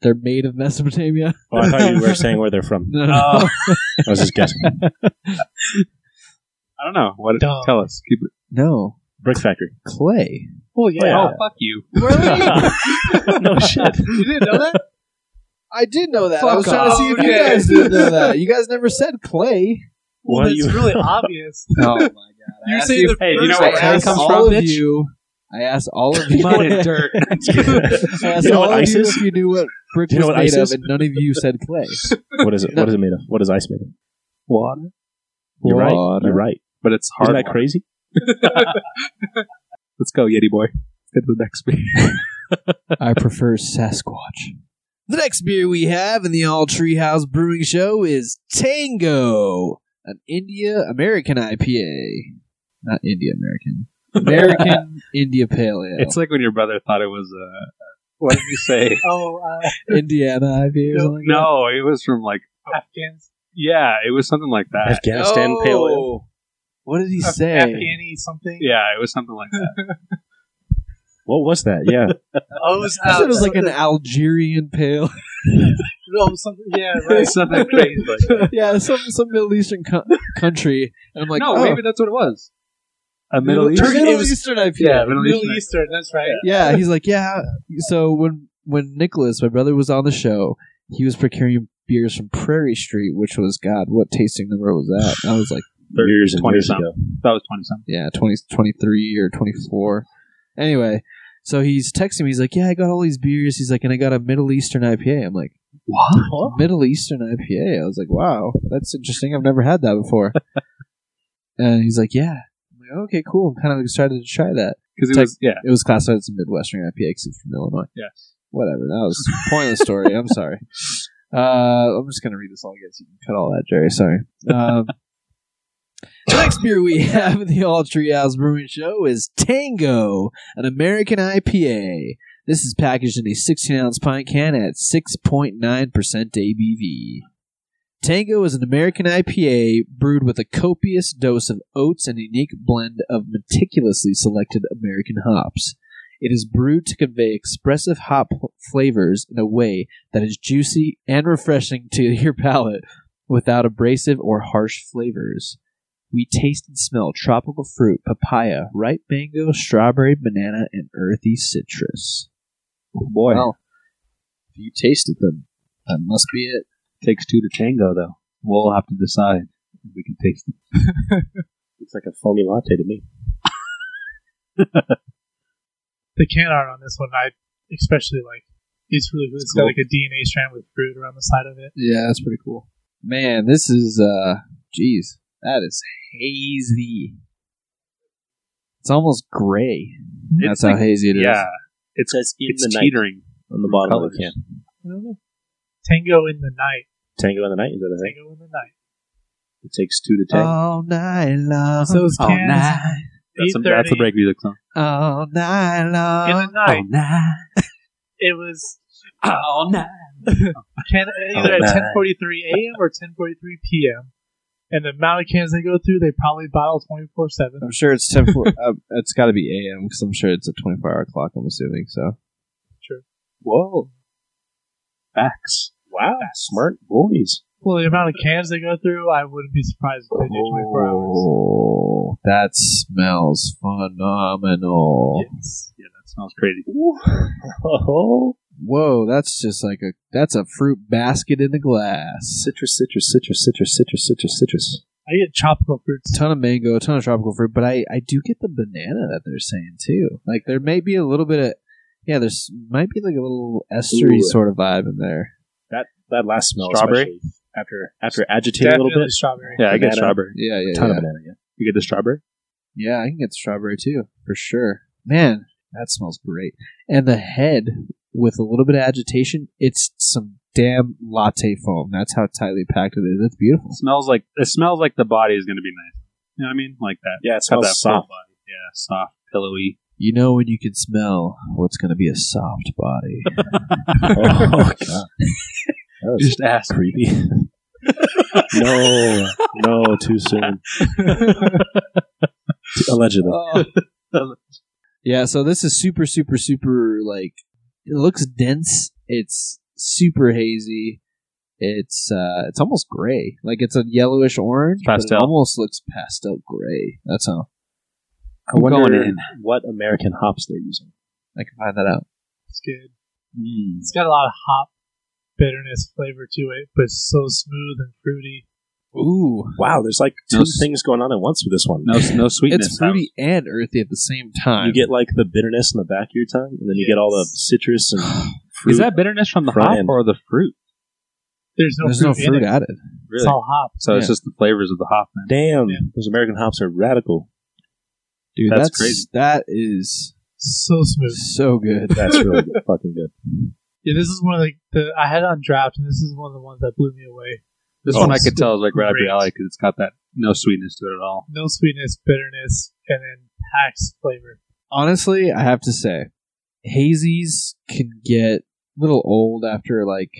Speaker 3: they're made of Mesopotamia.
Speaker 5: Oh, I thought you were saying where they're from.
Speaker 3: No,
Speaker 1: Oh,
Speaker 5: I was just guessing.
Speaker 2: I don't know. What
Speaker 1: Dumb.
Speaker 2: tell us? Keep it.
Speaker 3: no,
Speaker 5: Brick factory.
Speaker 3: clay.
Speaker 1: well, yeah.
Speaker 5: Yeah.
Speaker 2: Oh fuck you!
Speaker 5: no shit.
Speaker 1: You didn't know that?
Speaker 3: I did know that.
Speaker 1: Fuck
Speaker 3: I was trying to
Speaker 1: off.
Speaker 3: see if you
Speaker 1: Okay.
Speaker 3: guys did know that. You guys never said clay.
Speaker 1: Well,
Speaker 5: Why
Speaker 1: that's
Speaker 5: you-
Speaker 1: really obvious.
Speaker 3: Oh my god! I
Speaker 1: You're
Speaker 3: asked
Speaker 1: saying
Speaker 3: you-
Speaker 1: the
Speaker 2: Hey,
Speaker 1: first
Speaker 2: you know
Speaker 3: I
Speaker 2: where clay
Speaker 3: asked
Speaker 2: comes
Speaker 3: all
Speaker 2: from,
Speaker 3: of
Speaker 2: bitch?
Speaker 3: you. I asked all of you.
Speaker 2: Mud and
Speaker 3: I
Speaker 2: dirt.
Speaker 3: asked
Speaker 5: You know
Speaker 3: all
Speaker 5: what
Speaker 3: of
Speaker 5: ice
Speaker 3: you
Speaker 5: is?
Speaker 3: if you knew what brick
Speaker 5: You know
Speaker 3: was
Speaker 5: what
Speaker 3: made
Speaker 5: ice
Speaker 3: of,
Speaker 5: is?
Speaker 3: and none of you said clay.
Speaker 5: What is it? What is it made of? What is ice made of?
Speaker 2: Water,
Speaker 5: You're right.
Speaker 3: Water.
Speaker 5: You're right.
Speaker 2: but it's hard.
Speaker 5: Isn't that
Speaker 2: water.
Speaker 5: crazy?
Speaker 2: Let's go, Yeti boy. Get to the next beer.
Speaker 3: I prefer Sasquatch. The next beer we have in the All Treehouse Brewing Show is Tango, an India American IPA. Not India American. American India Pale Ale.
Speaker 2: It's like when your brother thought it was uh, what did you say?
Speaker 1: Oh, uh,
Speaker 3: Indiana IPA or something. like
Speaker 2: no, it was from like
Speaker 1: Afghans.
Speaker 2: yeah, it was something like that.
Speaker 3: that?
Speaker 5: Afghanistan
Speaker 3: Oh.
Speaker 5: pale ale.
Speaker 3: What did he
Speaker 1: Af-
Speaker 3: say?
Speaker 1: uh, Afghani something.
Speaker 2: Yeah, it was something like that.
Speaker 5: What was that? Yeah.
Speaker 1: Oh, it was,
Speaker 3: I
Speaker 1: uh,
Speaker 3: said it was like an
Speaker 1: something-
Speaker 3: Algerian pale.
Speaker 1: no, something. Yeah, right.
Speaker 2: something crazy. Like that.
Speaker 3: yeah, some some Middle Eastern co- country, and I'm like,
Speaker 2: no,
Speaker 3: oh,
Speaker 2: maybe that's what it was. A
Speaker 3: Middle,
Speaker 2: Middle Eastern.
Speaker 3: Middle
Speaker 1: It was-
Speaker 3: Eastern IPA.
Speaker 2: Yeah, Middle
Speaker 1: Middle
Speaker 2: Eastern.
Speaker 1: Eastern. That's right.
Speaker 3: yeah, he's like, yeah. So when when Nicholas, my brother, was on the show, he was procuring beers from Prairie Street, which was God, what tasting number was that? I was like,
Speaker 2: Thirty-
Speaker 5: years and
Speaker 2: 20
Speaker 5: years
Speaker 2: something.
Speaker 5: ago.
Speaker 2: That was twenty something.
Speaker 3: yeah, 20, 23 or twenty four. Anyway, so he's texting me. He's like, yeah, I got all these beers. He's like, and I got a Middle Eastern IPA. I'm like,
Speaker 2: Wow.
Speaker 3: Middle Eastern IPA. I was like, wow, that's interesting. I've never had that before. and he's like, yeah. I'm like, okay, cool. I'm kind of excited to try that.
Speaker 2: Because it
Speaker 3: Tech-
Speaker 2: was yeah
Speaker 3: It was classified as a Midwestern IPA because it's from Illinois.
Speaker 2: yes.
Speaker 3: whatever. That was a pointless story. I'm sorry. Uh, I'm just gonna read this all again so you can cut all that, Jerry. Sorry. Um, the next beer we have at the All Treehouse Brewing Show is Tango, an American IPA. This is packaged in a 16 ounce pint can at 6.9% ABV. Tango is an American IPA brewed with a copious dose of oats and a unique blend of meticulously selected American hops. It is brewed to convey expressive hop flavors in a way that is juicy and refreshing to your palate without abrasive or harsh flavors. We taste and smell tropical fruit, papaya, ripe mango, strawberry, banana, and earthy citrus.
Speaker 2: Oh boy,
Speaker 3: Well, if you tasted them, that must be it.
Speaker 2: takes two to tango though. We'll have to decide if we can taste it.
Speaker 5: It's like a foamy latte to me.
Speaker 1: The can art on this one, I especially like. It's really cool. It's got
Speaker 2: cool.
Speaker 1: like a DNA strand with fruit around the side of it.
Speaker 3: Yeah, that's pretty cool. Man, this is uh jeez, that is hazy. It's almost gray. that's how
Speaker 2: like-
Speaker 3: hazy it is.
Speaker 2: Yeah,
Speaker 5: It says in
Speaker 2: it's
Speaker 5: the night
Speaker 2: teetering.
Speaker 5: on the bottom of
Speaker 2: colours.
Speaker 5: the can.
Speaker 1: I don't know. Tango in the night.
Speaker 5: Tango in the night is that a thing?
Speaker 1: Tango in the night.
Speaker 5: It takes two to tango.
Speaker 3: All night long.
Speaker 1: So it's
Speaker 3: all
Speaker 1: cans.
Speaker 3: night.
Speaker 2: That's, a, that's a
Speaker 1: 8:30
Speaker 2: break music song.
Speaker 3: All night long.
Speaker 1: In the night.
Speaker 3: All night.
Speaker 1: It was
Speaker 3: All night.
Speaker 1: can, either
Speaker 5: Oh,
Speaker 1: at
Speaker 5: man.
Speaker 1: 10:43 a.m. or 10:43 p.m. And the amount of cans they go through, they probably bottle 24 seven.
Speaker 3: I'm sure it's 10 four, uh, It's got to be AM because I'm sure it's a 24 hour clock, I'm assuming. So
Speaker 2: Whoa, facts.
Speaker 5: Wow, smart boys.
Speaker 1: Well, the amount of cans they go through, I wouldn't be surprised if they did 24 hours.
Speaker 3: Oh, that smells phenomenal.
Speaker 1: Yes.
Speaker 2: Yeah, that smells crazy.
Speaker 5: Oh,
Speaker 3: Whoa, that's just like a that's a fruit basket in a glass.
Speaker 5: citrus, citrus, citrus, citrus, citrus, citrus, citrus.
Speaker 1: I get tropical fruits.
Speaker 3: ton of mango, a ton of tropical fruit, but I, I do get the banana that they're saying too. Like there may be a little bit of yeah, there's might be like a little estery
Speaker 5: Ooh.
Speaker 3: sort of vibe in there.
Speaker 5: That that last smell,
Speaker 2: Strawberry?
Speaker 5: especially, after after agitating a
Speaker 1: Definitely
Speaker 5: little bit.
Speaker 1: strawberry.
Speaker 2: Yeah, I get
Speaker 5: Banana.
Speaker 2: strawberry.
Speaker 3: Yeah, yeah,
Speaker 5: Ton
Speaker 3: yeah.
Speaker 5: of banana. Yeah.
Speaker 2: You get the strawberry.
Speaker 3: Yeah, I can get strawberry too for sure. Man, that smells great. And the head with a little bit of agitation, it's some damn latte foam. That's how tightly packed it is. It's beautiful.
Speaker 2: It smells like it smells like the body is going to be nice. You know what I mean? Like that.
Speaker 5: Yeah, it
Speaker 2: It's got that
Speaker 5: smells soft.
Speaker 2: soft body. Yeah, soft, pillowy.
Speaker 3: You know when you can smell what's going to be a soft body.
Speaker 5: oh god, that was
Speaker 2: Just ask.
Speaker 5: creepy. no, no, too soon. Allegedly,
Speaker 3: yeah, so this is super, super, super like it looks dense. It's super hazy. It's uh it's almost gray. Like it's a yellowish orange. but
Speaker 2: Pastel.
Speaker 3: it almost looks pastel gray. That's how
Speaker 5: I
Speaker 2: I'm
Speaker 5: wonder
Speaker 2: going in.
Speaker 5: what American hops they're using.
Speaker 3: I can find that out.
Speaker 1: It's good.
Speaker 5: Hmm.
Speaker 1: It's got a lot of hop bitterness flavor to it, but it's so smooth and fruity.
Speaker 3: Ooh.
Speaker 5: Wow, there's like two
Speaker 2: No s-
Speaker 5: things going on at once with this one.
Speaker 2: No, no sweetness.
Speaker 3: It's fruity and earthy at the same time.
Speaker 5: You get like the bitterness in the back of your tongue, and then you get all the citrus and fruit.
Speaker 2: Is that bitterness from the
Speaker 5: Brian.
Speaker 2: hop or the fruit?
Speaker 1: There's no
Speaker 3: There's
Speaker 1: fruit
Speaker 3: no
Speaker 1: in
Speaker 3: fruit
Speaker 1: it.
Speaker 3: added.
Speaker 1: It's all hop.
Speaker 2: So it's
Speaker 3: Yeah.
Speaker 2: just the flavors of the hop. Man.
Speaker 5: Damn,
Speaker 1: Yeah.
Speaker 5: those American hops are radical.
Speaker 3: Dude,
Speaker 2: That's
Speaker 3: that's,
Speaker 2: crazy.
Speaker 3: that is
Speaker 1: So smooth.
Speaker 3: so good.
Speaker 5: That's really good- fucking good.
Speaker 1: Yeah, this is one of the, the I had it on draft, and this is one of the ones that blew me away.
Speaker 2: This
Speaker 1: Oh,
Speaker 2: one I
Speaker 1: it's
Speaker 2: could tell is like right up
Speaker 1: great.
Speaker 2: your alley because it's got that no sweetness to it at all.
Speaker 1: No sweetness, bitterness, and then tax flavor.
Speaker 3: honestly, I have to say, hazies can get a little old after like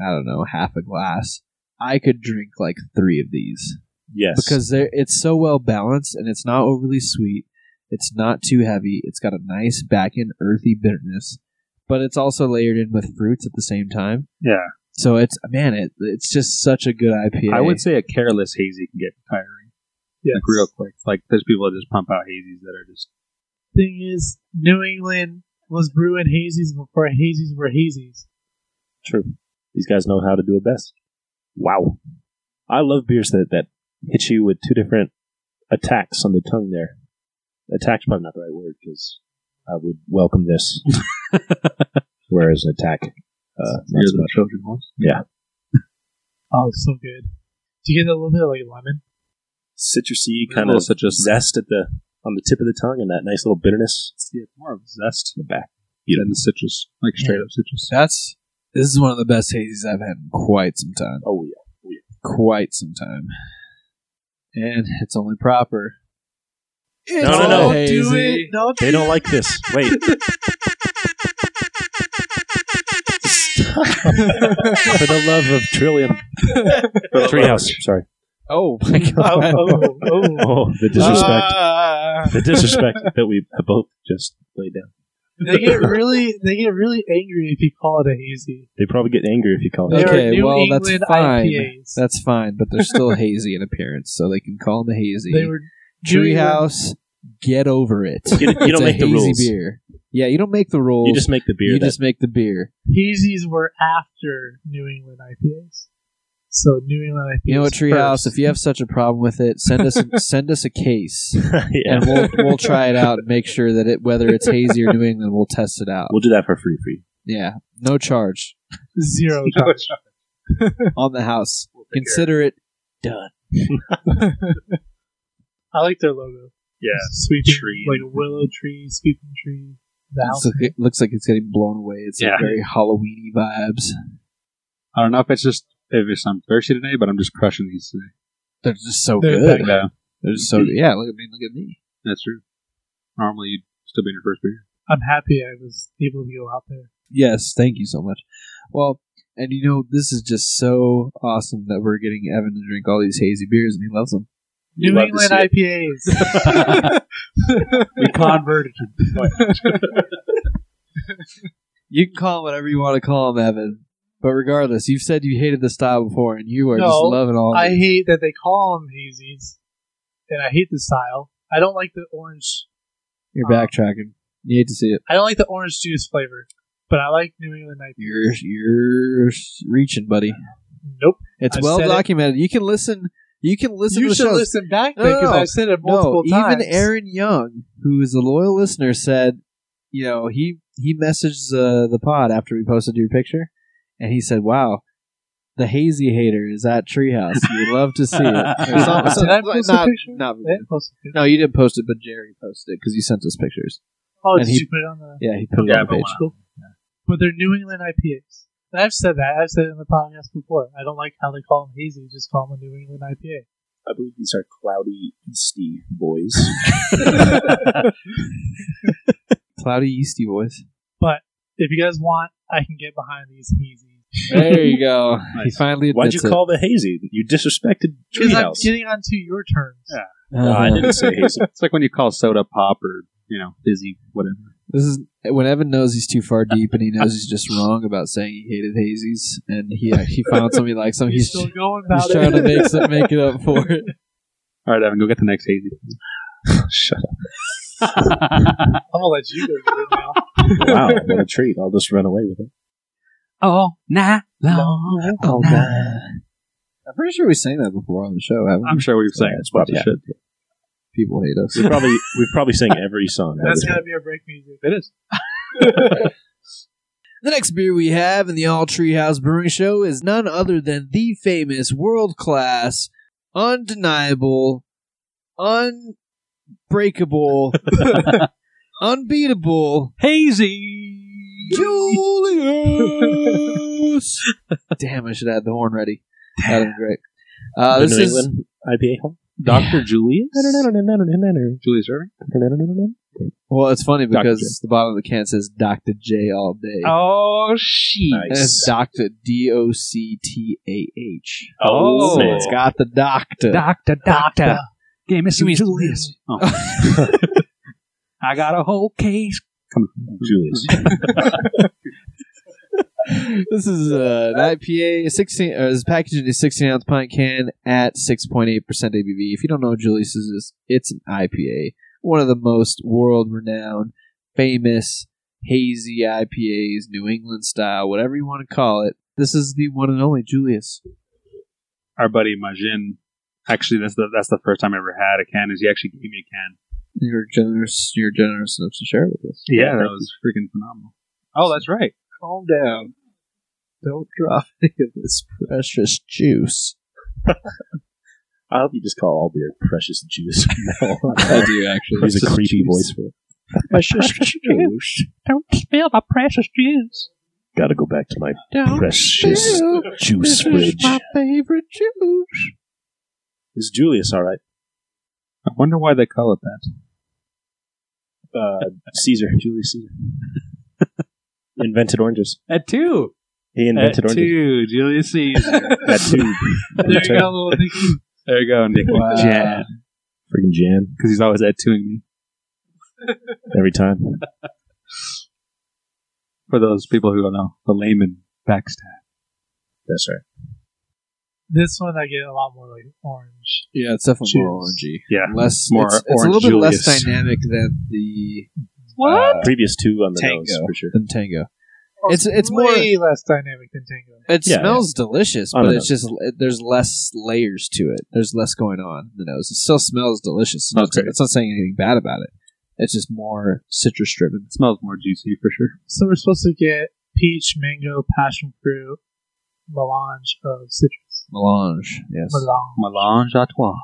Speaker 3: I don't know half a glass. I could drink like three of these
Speaker 5: Yes,
Speaker 3: because they're it's so well balanced and it's not overly sweet. It's not too heavy. It's got a nice back end earthy bitterness, but it's also layered in with fruits at the same time.
Speaker 2: Yeah,
Speaker 3: So it's man, it, it's just such a good IPA.
Speaker 2: I would say a careless hazy can get tiring
Speaker 1: Yeah,
Speaker 2: like real quick. Like there's people that just pump out hazies that are just
Speaker 1: thing is, New England was brewing hazies before hazies were hazies.
Speaker 5: true. These guys know how to do it best. Wow. I love beers that, that hit you with two different attacks on the tongue there. Attack's probably not the right word because I would welcome this. Whereas an attack, uh, not so
Speaker 2: the
Speaker 5: much.
Speaker 2: Trojan horse.
Speaker 1: Oh, it's so good. Do you get a little bit of like lemon?
Speaker 5: citrusy kind of such a zest at the on the tip of the tongue and that nice little bitterness.
Speaker 2: Yeah, it's more of zest in the back than the citrus, like straight up citrus.
Speaker 3: That's this is one of the best hazies I've had in quite some time.
Speaker 5: Oh yeah.
Speaker 3: Quite some time. And it's only proper. It's
Speaker 5: no,
Speaker 3: a
Speaker 5: no.
Speaker 3: hazy.
Speaker 1: Do it. No,
Speaker 5: They don't like this. Wait. For the love of Trillium. Treehouse. Sorry.
Speaker 3: Oh my god.
Speaker 1: oh, oh.
Speaker 5: Oh, the disrespect.
Speaker 3: Ah.
Speaker 5: the disrespect that we both just laid down.
Speaker 1: they get really they get really angry if you call it a hazy.
Speaker 5: They probably get angry if you call
Speaker 1: They
Speaker 5: it.
Speaker 3: Yeah.
Speaker 1: are
Speaker 3: Okay,
Speaker 1: New
Speaker 3: well, that's
Speaker 1: England
Speaker 3: fine.
Speaker 1: IPAs.
Speaker 3: That's fine, but they're still hazy in appearance, so they can call them a hazy.
Speaker 1: they were New England-
Speaker 3: Treehouse, get over it.
Speaker 5: You, you
Speaker 3: It's
Speaker 5: don't
Speaker 3: a
Speaker 5: make the
Speaker 3: hazy
Speaker 5: rules.
Speaker 3: Beer. Yeah, you don't make the rules.
Speaker 5: You just make the beer.
Speaker 3: You
Speaker 5: that-
Speaker 3: just make the beer.
Speaker 1: hazies were after New England IPAs. So New England IPAs.
Speaker 3: You know what, Treehouse?
Speaker 1: first.
Speaker 3: If you have such a problem with it, send us send us a case,
Speaker 5: yeah.
Speaker 3: and we'll we'll try it out and make sure that it whether it's hazy or New England, we'll test it out.
Speaker 5: We'll do that for free for you.
Speaker 3: Yeah, no charge
Speaker 1: zero touch.
Speaker 3: on the house. Consider it done.
Speaker 1: I like their logo.
Speaker 2: Yeah,
Speaker 1: sweeping
Speaker 2: tree.
Speaker 1: like a willow tree, sweeping tree. The
Speaker 3: It's
Speaker 1: house.
Speaker 3: like- it looks like it's getting blown away. It's like
Speaker 2: Yeah.
Speaker 3: very Halloweeny vibes.
Speaker 2: I don't know if it's just if it's I'm thirsty today, but I'm just crushing these today.
Speaker 3: They're just so
Speaker 1: They're
Speaker 3: good.
Speaker 1: like
Speaker 2: Yeah,
Speaker 3: They're so yeah. Look at me. Look at me.
Speaker 2: that's true. Normally you'd still be in your first beer.
Speaker 1: I'm happy I was able to go out there.
Speaker 3: Yes, thank you so much. Well, and you know, this is just so awesome that we're getting Evan to drink all these hazy beers and he loves them.
Speaker 1: New
Speaker 2: love to
Speaker 1: England
Speaker 2: see it.
Speaker 1: IPAs.
Speaker 2: We converted.
Speaker 3: You can call him whatever you want to call him, Evan. But regardless, you've said you hated the style before and you are just
Speaker 1: No,
Speaker 3: loving all
Speaker 1: I
Speaker 3: of it.
Speaker 1: hate that they call them hazies, and I hate the style. I don't like the orange.
Speaker 3: You're
Speaker 1: Uh.
Speaker 3: backtracking. You hate to see it.
Speaker 1: I don't like the orange juice flavor, but I like New England IPAs.
Speaker 3: You're you're reaching, buddy.
Speaker 1: Nope.
Speaker 3: It's
Speaker 1: I
Speaker 3: well
Speaker 1: said it.
Speaker 3: documented. You can listen you can listen
Speaker 1: you
Speaker 3: to the
Speaker 1: should
Speaker 3: shows.
Speaker 1: listen back
Speaker 3: No,
Speaker 1: because
Speaker 3: no, no.
Speaker 1: I've said it
Speaker 3: no,
Speaker 1: multiple times.
Speaker 3: even Aaron Young, who is a loyal listener, said, you know, he he messaged uh, the pod after we posted your picture, and he said, "Wow, the hazy hater is at Treehouse. You'd love to see it." Or something.
Speaker 1: Did I post the
Speaker 3: Not-
Speaker 1: picture?
Speaker 3: not-
Speaker 1: Yeah, post it.
Speaker 3: no, you didn't post it, but Jerry posted it because he sent us pictures.
Speaker 1: Oh,
Speaker 3: And
Speaker 1: did
Speaker 3: he-
Speaker 1: you put it on the
Speaker 3: Yeah, he put it
Speaker 2: Yeah,
Speaker 3: on the
Speaker 2: but
Speaker 3: page.
Speaker 2: when
Speaker 1: cool? But they're New England IPAs. And I've said that. I've said it in the podcast before. I don't like how they call them hazy. Just call them a New England IPA.
Speaker 5: I believe these are cloudy, yeasty boys.
Speaker 3: Cloudy yeasty voice.
Speaker 1: If you guys want, I can get behind these hazy.
Speaker 3: There you go. He
Speaker 2: Nice.
Speaker 3: finally
Speaker 5: Why'd
Speaker 3: admits
Speaker 5: you call the hazy? You disrespected
Speaker 1: Because I'm
Speaker 5: Treehouse.
Speaker 1: getting onto your terms.
Speaker 2: Yeah.
Speaker 3: it.
Speaker 5: No, I
Speaker 3: Uh-huh.
Speaker 5: didn't say hazy.
Speaker 2: It's like when you call soda pop or you know fizzy whatever.
Speaker 3: This is when Evan knows he's too far deep, and he knows he's just wrong about saying he hated hazies, and he uh, he found somebody like some.
Speaker 1: He's
Speaker 3: He's
Speaker 1: still going
Speaker 3: He's
Speaker 1: about it.
Speaker 3: trying to make some, make it up for it.
Speaker 2: All right, Evan, go get the next hazy.
Speaker 5: Shut up.
Speaker 1: I'm gonna let you go get it now.
Speaker 5: Wow, what a treat. I'll just run away with it.
Speaker 4: Oh, nah,
Speaker 3: Oh man, I'm pretty sure we sang that before on the show. Haven't we?
Speaker 2: I'm sure we've sang
Speaker 5: Yeah,
Speaker 2: it.
Speaker 5: it's probably
Speaker 2: Bunch of shit.
Speaker 3: People hate us.
Speaker 5: We probably we probably sing every song.
Speaker 1: That's gotta be our break music.
Speaker 2: It is.
Speaker 3: The next beer we have in the All Treehouse Brewing Show is none other than the famous, world class, undeniable, unbreakable, unbeatable
Speaker 4: hazy.
Speaker 3: Julius. Damn, I should have had the horn ready. That'd be great. Uh,
Speaker 5: The
Speaker 3: this
Speaker 5: New
Speaker 3: is
Speaker 5: England IPA home.
Speaker 2: Doctor Julius.
Speaker 5: Julius
Speaker 2: Julius Irving.
Speaker 5: Irving?
Speaker 3: well, it's funny
Speaker 5: Dr.
Speaker 3: because the bottom of the can says Dr. J all day.
Speaker 4: Oh, shit.
Speaker 3: And It's Doctor D O C T A H.
Speaker 5: Oh,
Speaker 3: So
Speaker 5: man.
Speaker 3: it's got the doctor.
Speaker 4: Doctor, doctor. Give me some
Speaker 1: Give me some
Speaker 4: Julius.
Speaker 2: Oh,
Speaker 4: I got a whole case.
Speaker 2: come on.
Speaker 5: Julius.
Speaker 3: this is uh, an IPA. Sixteen. Or is packaged in a sixteen ounce pint can at six point eight percent ABV. If you don't know what Julius is, it's an IPA, one of the most world renowned, famous hazy IPAs, New England style, whatever you want to call it. This is the one and only Julius.
Speaker 2: our buddy Majin, actually, that's the that's the first time I ever had a can. Is he actually gave me a can?
Speaker 3: You're generous. You're generous enough to share with us.
Speaker 2: Yeah, that was freaking phenomenal. Oh, that's right.
Speaker 3: Calm down. Don't drop any of this precious juice.
Speaker 5: I hope you just call all beer precious juice. No,
Speaker 3: I do actually.
Speaker 5: use a creepy voice for it. Precious juice.
Speaker 4: Don't spill my precious juice.
Speaker 5: Gotta go back to my
Speaker 3: Don't
Speaker 5: precious
Speaker 3: spill.
Speaker 5: juice
Speaker 3: This is
Speaker 5: fridge.
Speaker 3: my favorite juice.
Speaker 5: Is Julius all right?
Speaker 2: I wonder why they call it that.
Speaker 5: Uh, Caesar, Julius Caesar, invented oranges.
Speaker 2: At two.
Speaker 5: He invented
Speaker 2: At
Speaker 5: oranges.
Speaker 2: two. Julius Caesar.
Speaker 5: At two.
Speaker 1: There you go, little Nicky.
Speaker 2: there you go, Nick.
Speaker 3: Wow.
Speaker 2: Jan.
Speaker 5: Freaking Jan
Speaker 2: Because he's always at twoing me.
Speaker 5: every time.
Speaker 2: For those people who don't know, the layman backstab.
Speaker 5: That's right.
Speaker 1: This one I get a lot more like orange.
Speaker 3: Yeah, it's definitely more orangey.
Speaker 1: Juice.
Speaker 2: Yeah.
Speaker 3: Less,
Speaker 2: More
Speaker 3: it's, it's a
Speaker 2: orange
Speaker 3: little bit less
Speaker 2: Julius.
Speaker 3: dynamic than the
Speaker 4: What?
Speaker 3: uh,
Speaker 5: Previous two on the
Speaker 3: Tango.
Speaker 5: nose for sure.
Speaker 3: than tango. It's- it's more-
Speaker 1: Uh, way less dynamic than Tango.
Speaker 3: It
Speaker 5: Yeah,
Speaker 3: smells delicious,
Speaker 5: I don't
Speaker 3: but it's just it, there's less layers to it. There's less going on in the nose. It still smells delicious. It's not,
Speaker 2: Okay.
Speaker 3: it's not saying anything bad about it. It's just more citrus driven.
Speaker 2: Smells more juicy for sure.
Speaker 1: So we're supposed to get peach, mango, passion fruit, melange of citrus.
Speaker 3: Melange, yes.
Speaker 1: Melange.
Speaker 2: Melange à trois.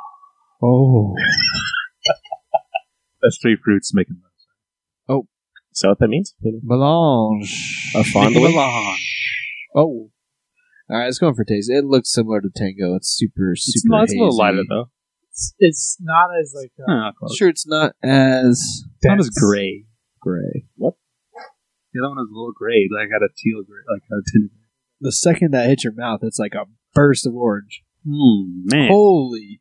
Speaker 3: Oh,
Speaker 2: That's three fruits making those.
Speaker 5: Is that what that means?
Speaker 3: melange.
Speaker 5: A fondling?
Speaker 3: Oh, all right. It's going for taste. It looks similar to tango. It's super, super.
Speaker 2: It's, not, it's a little
Speaker 3: hazy.
Speaker 2: lighter though.
Speaker 1: It's, it's not as like uh,
Speaker 2: Huh, close.
Speaker 3: Sure, it's not as
Speaker 2: That was
Speaker 1: dense.
Speaker 2: gray.
Speaker 3: gray.
Speaker 2: The other one was a little gray, like had a teal gray, like a tinted.
Speaker 3: The second that hits your mouth, it's like a burst of orange.
Speaker 2: Hmm, man.
Speaker 3: Holy,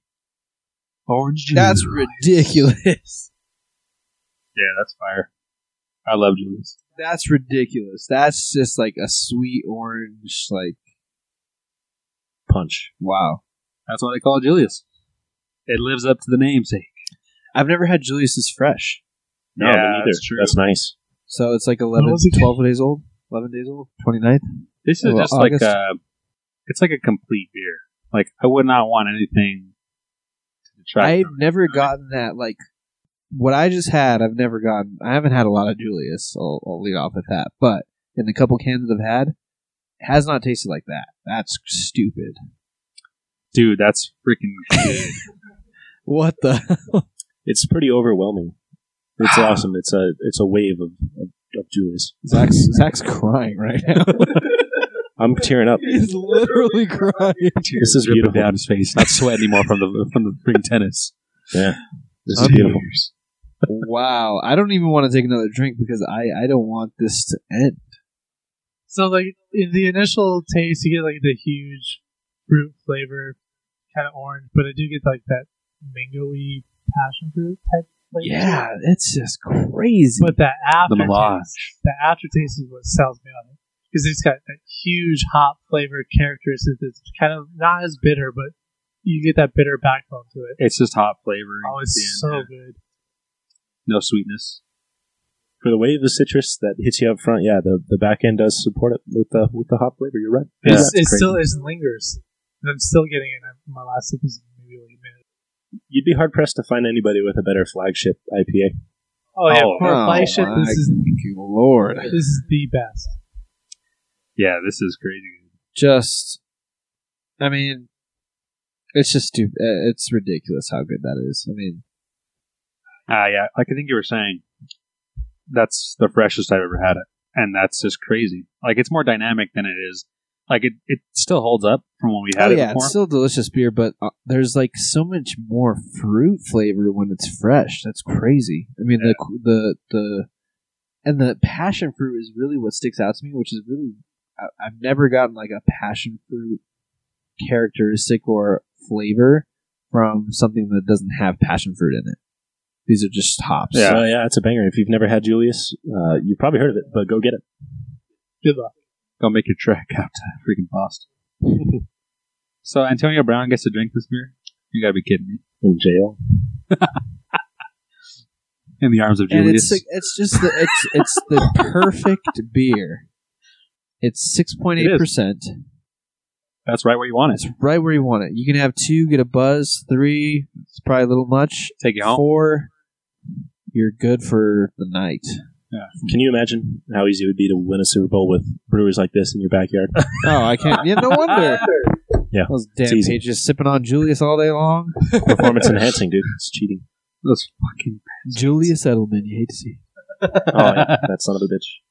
Speaker 2: Orange juice.
Speaker 3: that's ridiculous.
Speaker 2: yeah, that's fire. I love Julius.
Speaker 3: That's ridiculous. That's just like a sweet orange, like
Speaker 5: Punch.
Speaker 3: wow.
Speaker 2: That's why they call it Julius. It lives up to the namesake.
Speaker 3: I've never had Julius's fresh,
Speaker 5: No,
Speaker 2: Yeah,
Speaker 5: me neither.
Speaker 2: that's true.
Speaker 5: That's nice.
Speaker 3: so it's like 11,
Speaker 1: was it?
Speaker 3: 12 days old, eleven days old, 29th.
Speaker 2: This is
Speaker 3: Well,
Speaker 2: just like
Speaker 3: August-
Speaker 2: a, it's like a complete beer. Like I would not want anything to detract.
Speaker 3: I've
Speaker 2: from it.
Speaker 3: never gotten that like what I just had. I've never gotten. I haven't had a lot of Julius. so I'll, I'll lead off with that. But in the couple cans that I've had, it has not tasted like that. That's stupid.
Speaker 2: dude, that's freaking good.
Speaker 3: What the?
Speaker 5: It's pretty overwhelming. It's
Speaker 2: Ah.
Speaker 5: awesome. It's a it's a wave of, of, of Julius.
Speaker 3: Zach's Zach's crying right now.
Speaker 5: I'm tearing up.
Speaker 3: He's literally crying.
Speaker 5: This is
Speaker 2: Dripping
Speaker 5: beautiful.
Speaker 2: down his face. Not sweat anymore from the from the freaking tennis.
Speaker 5: This is beautiful.
Speaker 3: wow, I don't even want to take another drink because I I don't want this to end.
Speaker 1: So like in the initial taste, you get like the huge fruit flavor, kind of orange, but I do get like that mangoey passion fruit type flavor.
Speaker 3: Yeah, it's just crazy.
Speaker 1: But that
Speaker 2: The melange.
Speaker 1: aftertaste, the aftertaste is what sells me on it because it's got that huge hop flavor characteristic. It's kind of not as bitter, but you get that bitter backbone to it.
Speaker 2: It's just hot flavoring.
Speaker 1: Oh,
Speaker 2: at
Speaker 1: it's
Speaker 2: the end.
Speaker 1: so good.
Speaker 2: no sweetness.
Speaker 5: For the wave of citrus that hits you up front, yeah, the, the back end does support it with the with the hop flavor. You're right.
Speaker 1: It's,
Speaker 5: Yeah.
Speaker 1: it still it lingers. And I'm still getting it. I'm- My last sip is maybe like a minute.
Speaker 5: You'd be hard pressed to find anybody with a better flagship IPA.
Speaker 1: Oh yeah,
Speaker 2: Oh,
Speaker 1: for
Speaker 3: oh
Speaker 1: a flagship,
Speaker 3: my
Speaker 1: this is
Speaker 3: Lord,
Speaker 1: this is the best.
Speaker 2: Yeah, this is crazy.
Speaker 3: just i mean it's just stupid Uh, it's ridiculous how good that is i mean
Speaker 2: Ah, yeah. Like I think you were saying, that's the freshest I've ever had it, and that's just crazy. Like it's more dynamic than it is. Like it, it still holds up from when we had
Speaker 3: oh
Speaker 2: it
Speaker 3: yeah
Speaker 2: before.
Speaker 3: it's still delicious beer but uh, there's like so much more fruit flavor when it's fresh that's crazy i mean the the the and the passion fruit is really what sticks out to me which is really I, i've never gotten like a passion fruit characteristic or flavor from something that doesn't have passion fruit in it these are just hops
Speaker 5: Yeah, so, yeah, it's a banger. If you've never had Julius, uh, you've probably heard of it, but go get it.
Speaker 1: Good luck.
Speaker 2: Go make your trek out to freaking Boston. so Antonio Brown gets to drink this beer. You gotta be kidding me!
Speaker 5: In jail,
Speaker 2: In the arms of
Speaker 3: and
Speaker 2: Julius.
Speaker 3: it's like, it's just the it's it's the perfect beer. It's six point eight percent.
Speaker 2: That's right where you want it.
Speaker 3: It's right where you want it. You can have two, get a buzz. Three, it's probably a little much.
Speaker 2: Take you home.
Speaker 3: Four, you're good for the night.
Speaker 5: Can you imagine how easy it would be to win a Super Bowl with brewers like this in your backyard?
Speaker 3: Oh, I can't. Yeah, no wonder.
Speaker 5: Yeah,
Speaker 3: Those damn
Speaker 5: it's easy.
Speaker 3: pages sipping on Julius all day long.
Speaker 5: Performance enhancing, dude. It's cheating.
Speaker 2: Those fucking.
Speaker 3: Julius Edelman, you hate to see.
Speaker 5: Oh, yeah, that son of a bitch.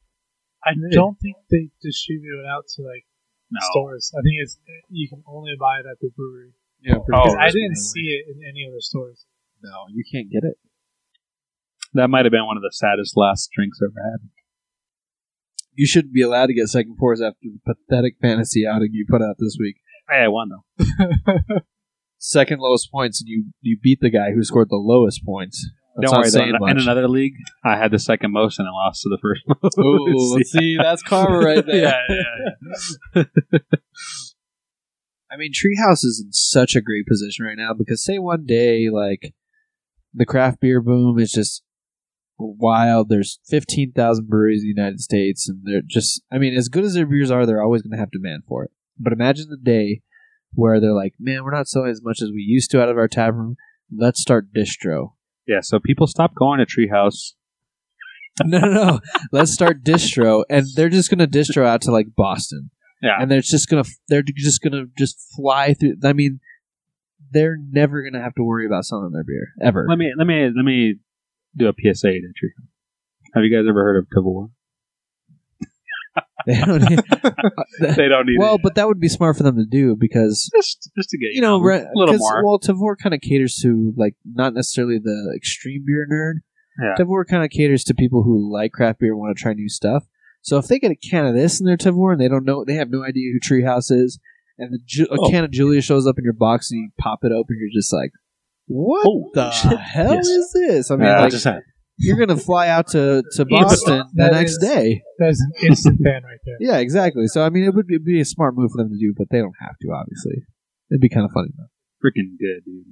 Speaker 1: I don't think they distribute it out to like
Speaker 2: No.
Speaker 1: stores. I think it's you can only buy it at the brewery.
Speaker 3: Yeah,
Speaker 1: Because
Speaker 2: Oh,
Speaker 1: I didn't
Speaker 2: really?
Speaker 1: see it in any other stores.
Speaker 3: no, you can't get it.
Speaker 2: That might have been one of the saddest last drinks I've ever had.
Speaker 3: You shouldn't be allowed to get second pours after the pathetic fantasy outing you put out this week.
Speaker 2: Hey, I won though.
Speaker 3: Second lowest points, and you you beat the guy who scored the lowest points. That's
Speaker 2: Don't
Speaker 3: not
Speaker 2: worry.
Speaker 3: saying
Speaker 2: Though,
Speaker 3: much.
Speaker 2: in another league, I had the second most and I lost to the first most.
Speaker 3: Ooh, see, that's karma right there.
Speaker 2: yeah, yeah, yeah.
Speaker 3: I mean, Treehouse is in such a great position right now because say one day like the craft beer boom is just wild. There's fifteen thousand breweries in the United States, and they're just I mean, as good as their beers are, they're always going to have demand for it. But imagine the day where they're like, man, we're not selling as much as we used to out of our tavern. Let's start distro.
Speaker 2: Yeah, so people stop going to Treehouse.
Speaker 3: no, no, no. Let's start distro, and they're just gonna distro out to like Boston.
Speaker 2: Yeah.
Speaker 3: and they're just gonna they're just gonna just fly through. I mean, they're never gonna have to worry about selling their beer ever.
Speaker 2: Let me let me let me do a PSA to Treehouse. Have you guys ever heard of Tavor?
Speaker 3: They don't need-
Speaker 2: They don't need
Speaker 3: well,
Speaker 2: it.
Speaker 3: but that would be smart for them to do because
Speaker 2: just just to get
Speaker 3: you know re-
Speaker 2: a little
Speaker 3: 'cause,
Speaker 2: more.
Speaker 3: Well, Tavor kind of caters to like not necessarily the extreme beer nerd.
Speaker 2: Yeah.
Speaker 3: Tavor kind of caters to people who like craft beer and want to try new stuff. So if they get a can of this in their Tavor and they don't know, they have no idea who Treehouse is, and the Ju- a
Speaker 5: Oh.
Speaker 3: can of Julia shows up in your box and you pop it open, you're just like, what
Speaker 5: Holy
Speaker 3: the
Speaker 5: shit.
Speaker 3: hell
Speaker 5: Yes.
Speaker 3: is this? I mean,
Speaker 2: Yeah.
Speaker 5: What
Speaker 3: like
Speaker 5: just happened?
Speaker 3: you're gonna fly out to to
Speaker 1: Yeah, but
Speaker 3: Boston the
Speaker 1: that
Speaker 3: next
Speaker 1: is-
Speaker 3: day.
Speaker 1: That is an instant fan right there.
Speaker 3: Yeah, exactly. So I mean, it would be, it'd be a smart move for them to do, but they don't have to. Obviously, it'd be kind of funny. Though.
Speaker 2: freaking good, dude.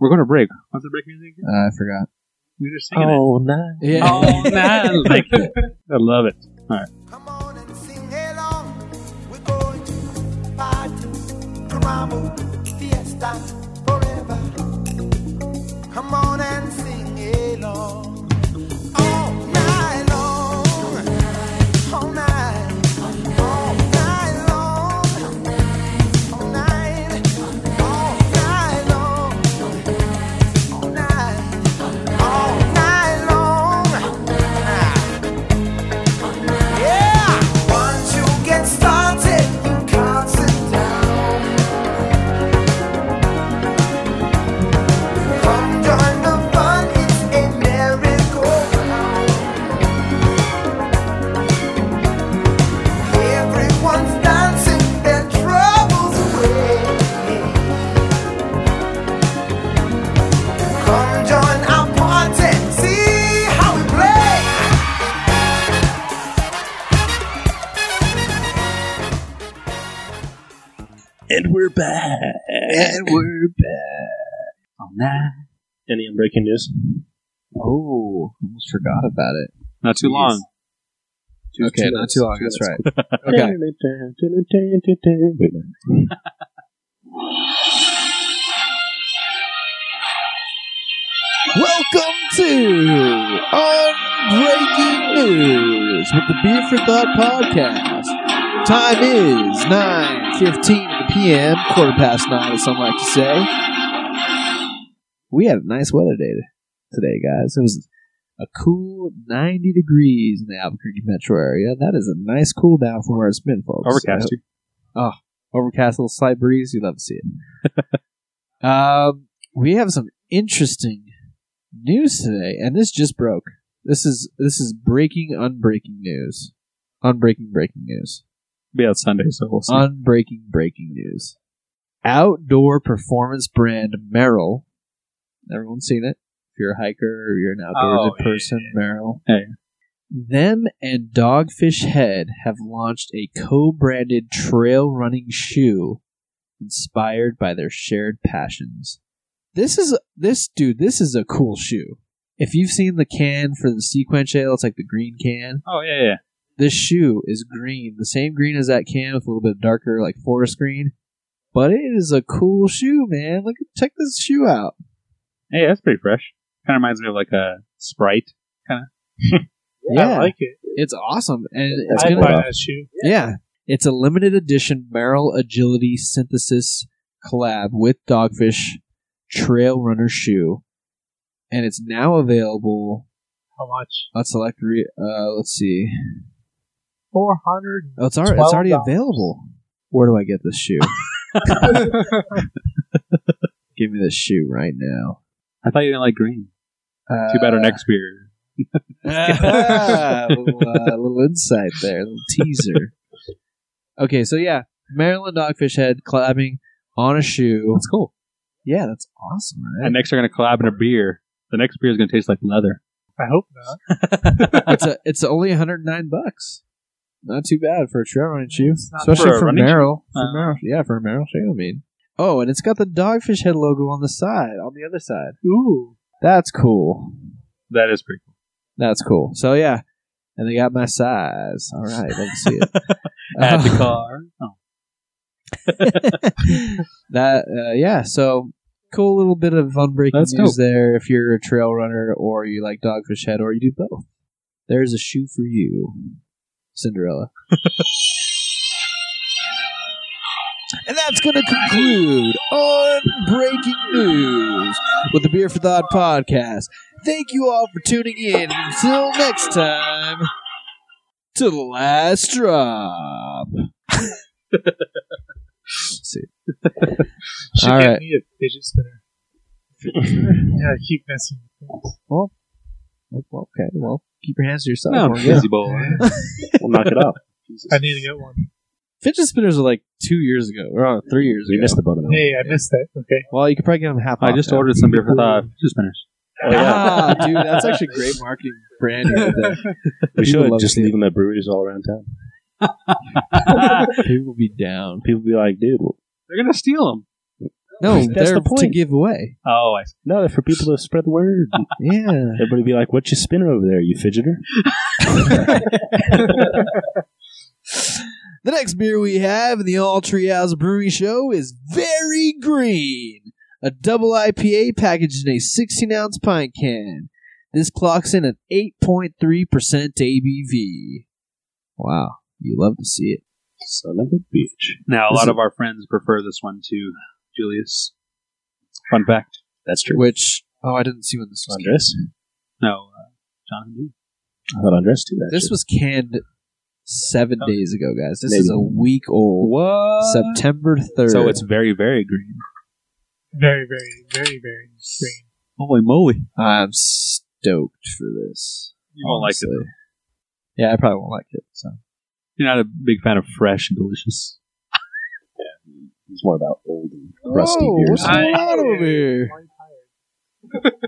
Speaker 2: We're going to break. What's the break music?
Speaker 3: Uh, I forgot.
Speaker 2: We were singing it.
Speaker 5: Oh, no.
Speaker 3: Yeah.
Speaker 2: Oh man, thank you. I love it. All right,
Speaker 6: Come on and sing along. We're going to party, caramo, fiesta, forever. Come on and sing along. All night long. All night. All night long. All night. All night long. All night. All night long. Ah. Yeah! Once you get started, you can't sit down. Come join the fun, it's a merry-go-round. Everyone's dancing their troubles away. Come join our party, see how we play.
Speaker 5: And we're back.
Speaker 3: And we're back.
Speaker 2: oh, nah.
Speaker 5: Any breaking news?
Speaker 3: Oh, almost forgot about it.
Speaker 2: not too long.
Speaker 3: okay,
Speaker 5: two
Speaker 3: not
Speaker 5: minutes,
Speaker 3: too long.
Speaker 5: two
Speaker 3: That's
Speaker 5: minutes.
Speaker 3: right. Okay.
Speaker 5: Wait, no.
Speaker 3: Welcome to On Breaking News with the Beer for Thought podcast. Time is nine fifteen of the p.m., quarter past 9, as some like to say. We had a nice weather day today, guys. It was a cool 90 degrees in the Albuquerque metro area. That is a nice cool down from where it's been, folks. Uh,
Speaker 2: Overcast.
Speaker 3: overcast, a little slight breeze. You love to see it. um, we have some interesting news today, and this just broke. This is this is breaking, unbreaking news, unbreaking, breaking news,
Speaker 2: Be out Sunday, so we'll see.
Speaker 3: Uh, unbreaking, breaking news. Outdoor performance brand Merrill. Everyone's seen it. If you're a hiker or you're an outdoorsy
Speaker 2: Oh, yeah,
Speaker 3: person, Merrill.
Speaker 2: Hey.
Speaker 3: Them and Dogfish Head have launched a co-branded trail running shoe inspired by their shared passions. This is this dude, this is a cool shoe. If you've seen the can for the Sequence Ale, it's like the green can.
Speaker 2: oh yeah, yeah.
Speaker 3: This shoe is green, the same green as that can with a little bit darker, like forest green. But it is a cool shoe, man. Look, at- check this shoe out.
Speaker 2: Hey, that's pretty fresh. Kind of reminds me of like a Sprite.
Speaker 1: I
Speaker 3: Yeah,
Speaker 1: like it.
Speaker 3: it's awesome, and it's
Speaker 5: That's
Speaker 1: I'd
Speaker 3: gonna
Speaker 5: good.
Speaker 1: buy that shoe.
Speaker 3: Yeah. It's a limited edition barrel agility synthesis collab with Dogfish Trail Runner shoe. And it's now available
Speaker 1: How much?
Speaker 3: on select re- uh let's see.
Speaker 1: Four hundred.
Speaker 3: Oh, it's already, it's already
Speaker 1: $12.
Speaker 3: available. Where do I get this shoe? Give me this shoe right now.
Speaker 2: I thought you didn't like green.
Speaker 3: Uh,
Speaker 2: Too bad our next beer.
Speaker 3: Ah, little, uh, little insight there, little teaser. Okay, so yeah, Maryland Dogfish Head collabing on a shoe. That's cool. Yeah, that's awesome, right?
Speaker 2: And next they're gonna collab in a beer. The next beer is gonna taste like leather.
Speaker 1: I hope not.
Speaker 3: it's a, it's only 109 bucks. Not too bad for a trail running shoe,
Speaker 1: It's not
Speaker 3: especially
Speaker 2: for a
Speaker 3: for,
Speaker 2: running
Speaker 3: Merrill. For
Speaker 2: Uh,
Speaker 3: Merrill, yeah, for a Merrill shoe. I mean, oh, and it's got the dogfish head logo on the side, on the other side.
Speaker 1: Ooh,
Speaker 3: That's cool.
Speaker 2: That is pretty cool.
Speaker 3: That's cool. So yeah, and they got my size. All right, let's see it.
Speaker 2: Add the
Speaker 3: Uh,
Speaker 2: car. Oh.
Speaker 3: that uh, yeah. So cool little bit of unbreaking
Speaker 2: That's
Speaker 3: news there. If you're a trail runner, or you like dogfish head, or you do both, there's a shoe for you, Cinderella. and that's going to conclude unbreaking news with the Beer for Thought podcast. Thank you all for tuning in. Until next time, to the last drop. See.
Speaker 1: should
Speaker 3: All
Speaker 1: get
Speaker 3: right.
Speaker 1: me a fidget spinner. yeah, I keep messing with things.
Speaker 3: Okay, well, keep your hands to yourself.
Speaker 2: No,
Speaker 3: We're good.
Speaker 2: busy boy.
Speaker 5: We'll knock it off.
Speaker 1: I need to get one.
Speaker 3: Fidget spinners are like two years ago, or uh, three years
Speaker 5: We
Speaker 3: ago.
Speaker 5: missed the boat on that one.
Speaker 1: Hey, I missed that. Okay.
Speaker 3: Well, you could probably get them half.
Speaker 2: I
Speaker 3: off
Speaker 2: just
Speaker 3: now.
Speaker 2: ordered some beer for thought. Two spinners.
Speaker 5: Oh, yeah.
Speaker 3: Ah, dude, that's actually great marketing branding. right there.
Speaker 5: We
Speaker 3: People
Speaker 5: should
Speaker 3: love
Speaker 5: just
Speaker 3: it.
Speaker 5: leave them at breweries all around town.
Speaker 3: People will be down.
Speaker 5: People be like, dude, well,
Speaker 2: They're gonna steal them.
Speaker 3: No,
Speaker 5: That's
Speaker 3: they're
Speaker 5: the
Speaker 3: to
Speaker 5: point.
Speaker 3: give away.
Speaker 2: Oh, I see.
Speaker 5: no, they're for people to spread the word.
Speaker 3: Yeah.
Speaker 5: Everybody be like, what you spinning over there, you fidgeter?
Speaker 3: The next beer we have in the All Treehouse Brewery Show is Very Green, a double IPA packaged in a 16 ounce pint can. This clocks in at 8.3% ABV. Wow, you love to see it.
Speaker 5: Son of a bitch.
Speaker 2: Now a
Speaker 3: This
Speaker 2: lot
Speaker 3: is-
Speaker 2: of our friends prefer this one to Julius. Fun fact.
Speaker 5: That's true.
Speaker 3: Which, oh, I didn't see when this was.
Speaker 5: Andres?
Speaker 2: No, uh, John D.
Speaker 5: I thought Andres too, actually.
Speaker 3: This was canned seven
Speaker 2: Oh.
Speaker 3: days ago, guys. This
Speaker 5: Maybe.
Speaker 3: is a week old.
Speaker 2: What?
Speaker 3: September 3rd.
Speaker 2: So it's very, very green.
Speaker 1: Very, very, very, very green.
Speaker 2: Holy moly!
Speaker 3: I'm stoked for this.
Speaker 2: You won't like it.
Speaker 3: honestly. Yeah, I probably won't like it. So.
Speaker 2: You're not a big fan of fresh and delicious.
Speaker 5: It's more about old and Oh, rusty
Speaker 3: Whoa,
Speaker 5: beers.
Speaker 3: what's going on over here?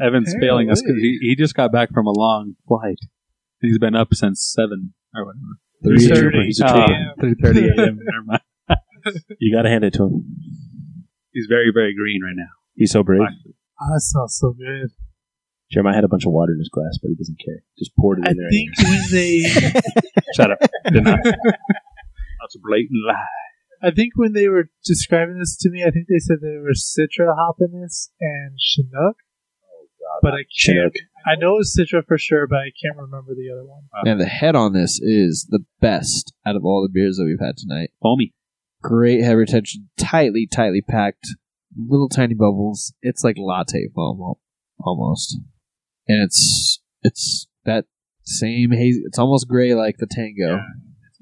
Speaker 2: Evan's
Speaker 3: Hey,
Speaker 2: failing us because
Speaker 3: wait.
Speaker 2: he, he just got back from a long flight. He's been up since seven or whatever.
Speaker 5: He's a
Speaker 1: Three
Speaker 5: trooper.
Speaker 1: thirty.
Speaker 5: He's a
Speaker 2: Uh,
Speaker 1: Ah.
Speaker 5: trooper.
Speaker 1: Yeah.
Speaker 2: Three thirty a.m. Never mind.
Speaker 5: You got to hand it to him.
Speaker 2: He's very, very green right now.
Speaker 5: He's so brave.
Speaker 1: Oh, that smells so good.
Speaker 5: Jeremiah had a bunch of water in his glass, but he doesn't care. Just poured it
Speaker 1: I
Speaker 5: in there.
Speaker 1: think when they,
Speaker 2: Shut up. Did not. That's a blatant lie.
Speaker 1: I think when they were describing this to me, I think they said there were Citra hop in this and Chinook. But I can't.
Speaker 5: Chinook.
Speaker 1: I know it's Citra for sure, but I can't remember the other one.
Speaker 3: And the head on this is the best out of all the beers that we've had tonight.
Speaker 2: Foamy.
Speaker 3: Great head retention, tightly, tightly packed, little tiny bubbles. It's like latte foam al- almost, and it's it's that same hazy. It's almost gray like the Tango.
Speaker 2: Yeah,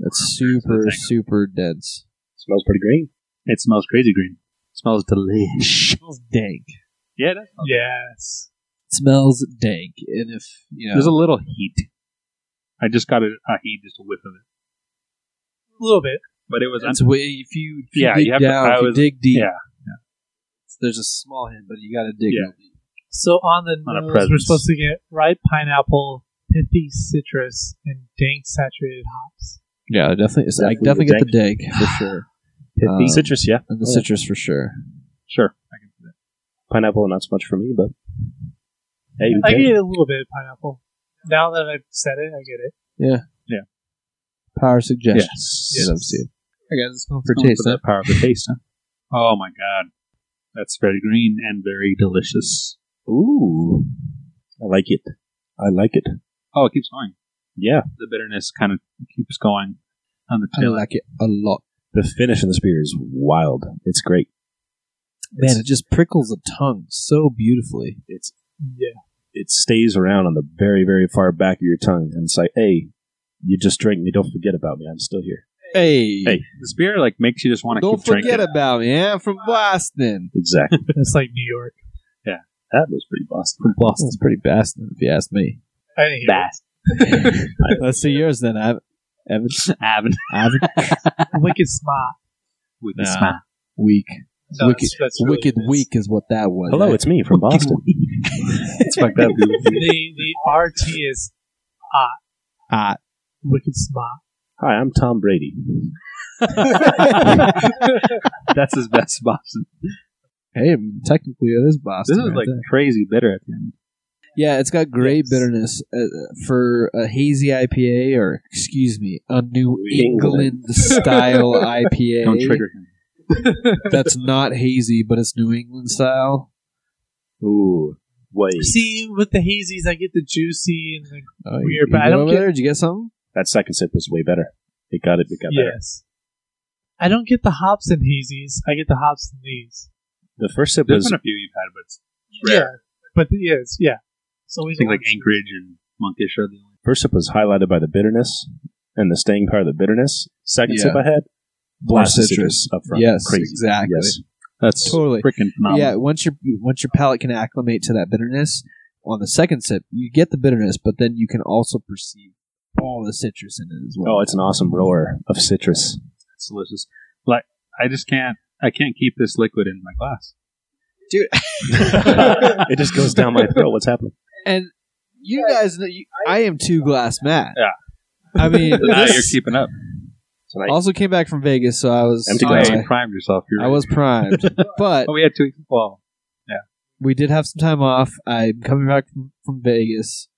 Speaker 3: it's
Speaker 2: warm compared to the
Speaker 3: super,
Speaker 2: Tango.
Speaker 3: super dense.
Speaker 5: Smells pretty green.
Speaker 2: It smells crazy green. smells delish.
Speaker 3: smells dank.
Speaker 2: Yeah, it does.
Speaker 1: Yes.
Speaker 3: smells dank, and if you know,
Speaker 2: There's a little heat. I just got a, a heat, just a whiff of it.
Speaker 1: A little bit.
Speaker 2: But it was
Speaker 3: It's way if you if
Speaker 2: Yeah,
Speaker 3: you dig
Speaker 2: you have to-
Speaker 3: down,
Speaker 2: I
Speaker 3: if you
Speaker 2: was-
Speaker 3: dig deep.
Speaker 2: yeah,
Speaker 3: There's a small hint, but you got to dig
Speaker 2: Yeah.
Speaker 3: real deep.
Speaker 1: So on the
Speaker 2: Not a
Speaker 1: nose,
Speaker 2: presence.
Speaker 1: we're supposed to get ripe pineapple, pithy citrus, and dank saturated hops.
Speaker 3: Yeah, I definitely. I
Speaker 5: Definitely
Speaker 3: definitely
Speaker 5: the
Speaker 3: get the dank for sure,
Speaker 5: Pithy.
Speaker 3: Um,
Speaker 5: citrus, yeah.
Speaker 3: and the
Speaker 5: Oh, yeah.
Speaker 3: citrus for sure.
Speaker 2: sure. I can do
Speaker 5: Pineapple, not so much for me, but hey, who
Speaker 1: I
Speaker 5: cares?
Speaker 1: get a little bit of pineapple. Now that I've said it, I get it.
Speaker 3: Power suggestion.
Speaker 2: Yes.
Speaker 3: Yes. Obviously. Hey guys, it's going for
Speaker 2: Let's go
Speaker 3: taste.
Speaker 2: for that power of the taste, huh? Oh my god. That's very green and very delicious.
Speaker 5: Ooh, I like it. I like it.
Speaker 2: Oh, it keeps going.
Speaker 5: Yeah,
Speaker 2: The bitterness kind of keeps going on the
Speaker 3: I
Speaker 2: tail.
Speaker 3: like it a lot.
Speaker 5: the finish in this beer is wild. It's great.
Speaker 3: Man, it just prickles the tongue so beautifully.
Speaker 5: It's
Speaker 1: Yeah.
Speaker 5: it stays around on the very very far back of your tongue, and it's like, hey, you just drank me. Don't forget about me. I'm still here.
Speaker 3: Hey,
Speaker 2: Hey, this beer like makes you just want to
Speaker 3: don't
Speaker 2: keep drinking.
Speaker 3: forget about me. I'm from Boston.
Speaker 5: Exactly.
Speaker 1: It's like New York.
Speaker 2: that was pretty Boston.
Speaker 3: Boston's pretty Boston, if you ask me.
Speaker 1: Anywho,
Speaker 3: Let's see yours then, Ev- Evan.
Speaker 2: Avon
Speaker 3: Evan.
Speaker 1: Wicked Smart.
Speaker 2: with
Speaker 3: Nah.
Speaker 2: the smile.
Speaker 3: Week.
Speaker 1: No,
Speaker 3: Wicked-
Speaker 1: that's- that's really
Speaker 3: Wicked
Speaker 1: what it is.
Speaker 3: Week is what that was.
Speaker 5: Hello,
Speaker 3: right?
Speaker 5: it's me from Boston.
Speaker 2: It's fucked up. dude.
Speaker 1: The, the RT is
Speaker 3: hot.
Speaker 1: Wicked Smart.
Speaker 5: Hi, I'm Tom Brady.
Speaker 2: That's his best Boston.
Speaker 3: Hey, technically it is Boston.
Speaker 2: This is
Speaker 3: right
Speaker 2: like
Speaker 3: there.
Speaker 2: crazy bitter at the end.
Speaker 3: yeah, it's got gray
Speaker 5: Yes.
Speaker 3: bitterness uh, for a hazy IPA or excuse me, a New England,
Speaker 5: England.
Speaker 3: style IPA.
Speaker 2: Don't trigger him.
Speaker 3: That's not hazy, but it's New England style.
Speaker 5: Ooh, wait.
Speaker 1: See, with the hazies, I get the juicy and the
Speaker 3: Oh,
Speaker 1: Weird,
Speaker 3: you, you
Speaker 1: but I
Speaker 3: good
Speaker 1: don't
Speaker 3: over
Speaker 1: get-
Speaker 3: there? Did you get something?
Speaker 5: That second sip was way better. It got it. It got better.
Speaker 1: yes. I don't get the hops in hazies. I get the hops in these.
Speaker 5: The first sip
Speaker 2: There's
Speaker 5: was
Speaker 2: been a few you've had, but it's
Speaker 1: Yeah, but the- yeah, it's, yeah. It's always
Speaker 2: I think like
Speaker 1: orange.
Speaker 2: Anchorage and Monkish are the only.
Speaker 5: first sip was highlighted by the bitterness and the staying part of the bitterness. Second
Speaker 3: Yeah.
Speaker 5: sip I had, blast
Speaker 3: More citrus.
Speaker 5: of citrus up front.
Speaker 3: Yes,
Speaker 5: Crazy.
Speaker 3: exactly.
Speaker 5: Yes.
Speaker 2: That's
Speaker 3: Totally.
Speaker 2: freaking phenomenal.
Speaker 3: Yeah, once your once your palate can acclimate to that bitterness, on the second sip you get the bitterness, but then you can also perceive all the citrus in it as well.
Speaker 5: Oh, it's an awesome roar of citrus.
Speaker 2: It's delicious. Like I just can't. I can't keep this liquid in my glass.
Speaker 5: it just goes down my throat. What's happening?
Speaker 3: And you guys, know, you, I am two glass Matt.
Speaker 2: Yeah.
Speaker 3: I mean,
Speaker 2: Now
Speaker 3: this
Speaker 2: you're keeping up.
Speaker 5: Tonight.
Speaker 3: also came back from Vegas, so I was
Speaker 5: Empty
Speaker 2: Oh,
Speaker 5: glass.
Speaker 2: yeah,
Speaker 3: I,
Speaker 2: you primed yourself. You're
Speaker 3: I
Speaker 2: right.
Speaker 3: was primed, but
Speaker 2: Oh, we had two. Well,
Speaker 3: we did have some time off. I'm coming back from, from Vegas,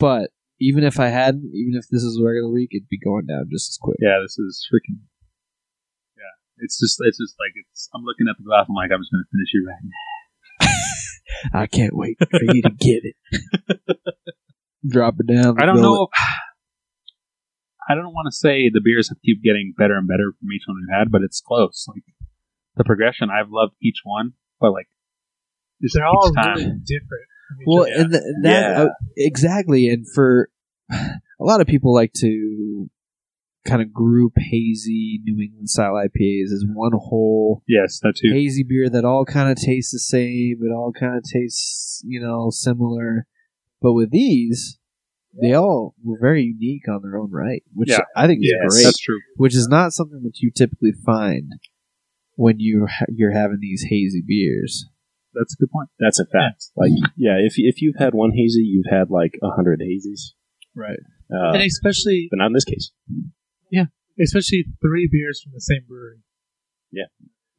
Speaker 3: but even if I hadn't, even if this is a regular week, it'd be going down just as quick.
Speaker 2: yeah, this is freaking. Yeah, it's just. It's just like it's. I'm looking at the glass. I'm like, I'm just gonna finish you right now.
Speaker 3: I can't wait for you to get it. Drop it down.
Speaker 2: I don't
Speaker 3: roll
Speaker 2: know. If, I don't want to say the beers have keep getting better and better from each one we've had, but it's close. Like the progression, I've loved each one, but like just
Speaker 1: They're
Speaker 2: each
Speaker 1: all
Speaker 2: time.
Speaker 1: really different. from each
Speaker 3: Well,
Speaker 1: other.
Speaker 3: and th- that
Speaker 5: Yeah.
Speaker 3: uh, exactly, and for a lot of people like to kind of group hazy New England style IPAs as one whole
Speaker 2: Yes, that too.
Speaker 3: hazy beer that all kind of tastes the same. It all kind of tastes, you know, similar. But with these, they all were very unique on their own right, which
Speaker 2: Yeah.
Speaker 3: I think is
Speaker 2: Yes,
Speaker 3: great.
Speaker 2: that's true.
Speaker 3: Which is not something that you typically find when you ha- you're having these hazy beers.
Speaker 2: That's a good point.
Speaker 5: That's a fact. Like, yeah, if if you've had one hazy, you've had like a hundred hazies.
Speaker 3: Right.
Speaker 5: Uh,
Speaker 1: and especially
Speaker 5: but not in this case.
Speaker 1: especially three beers from the same brewery.
Speaker 5: Yeah.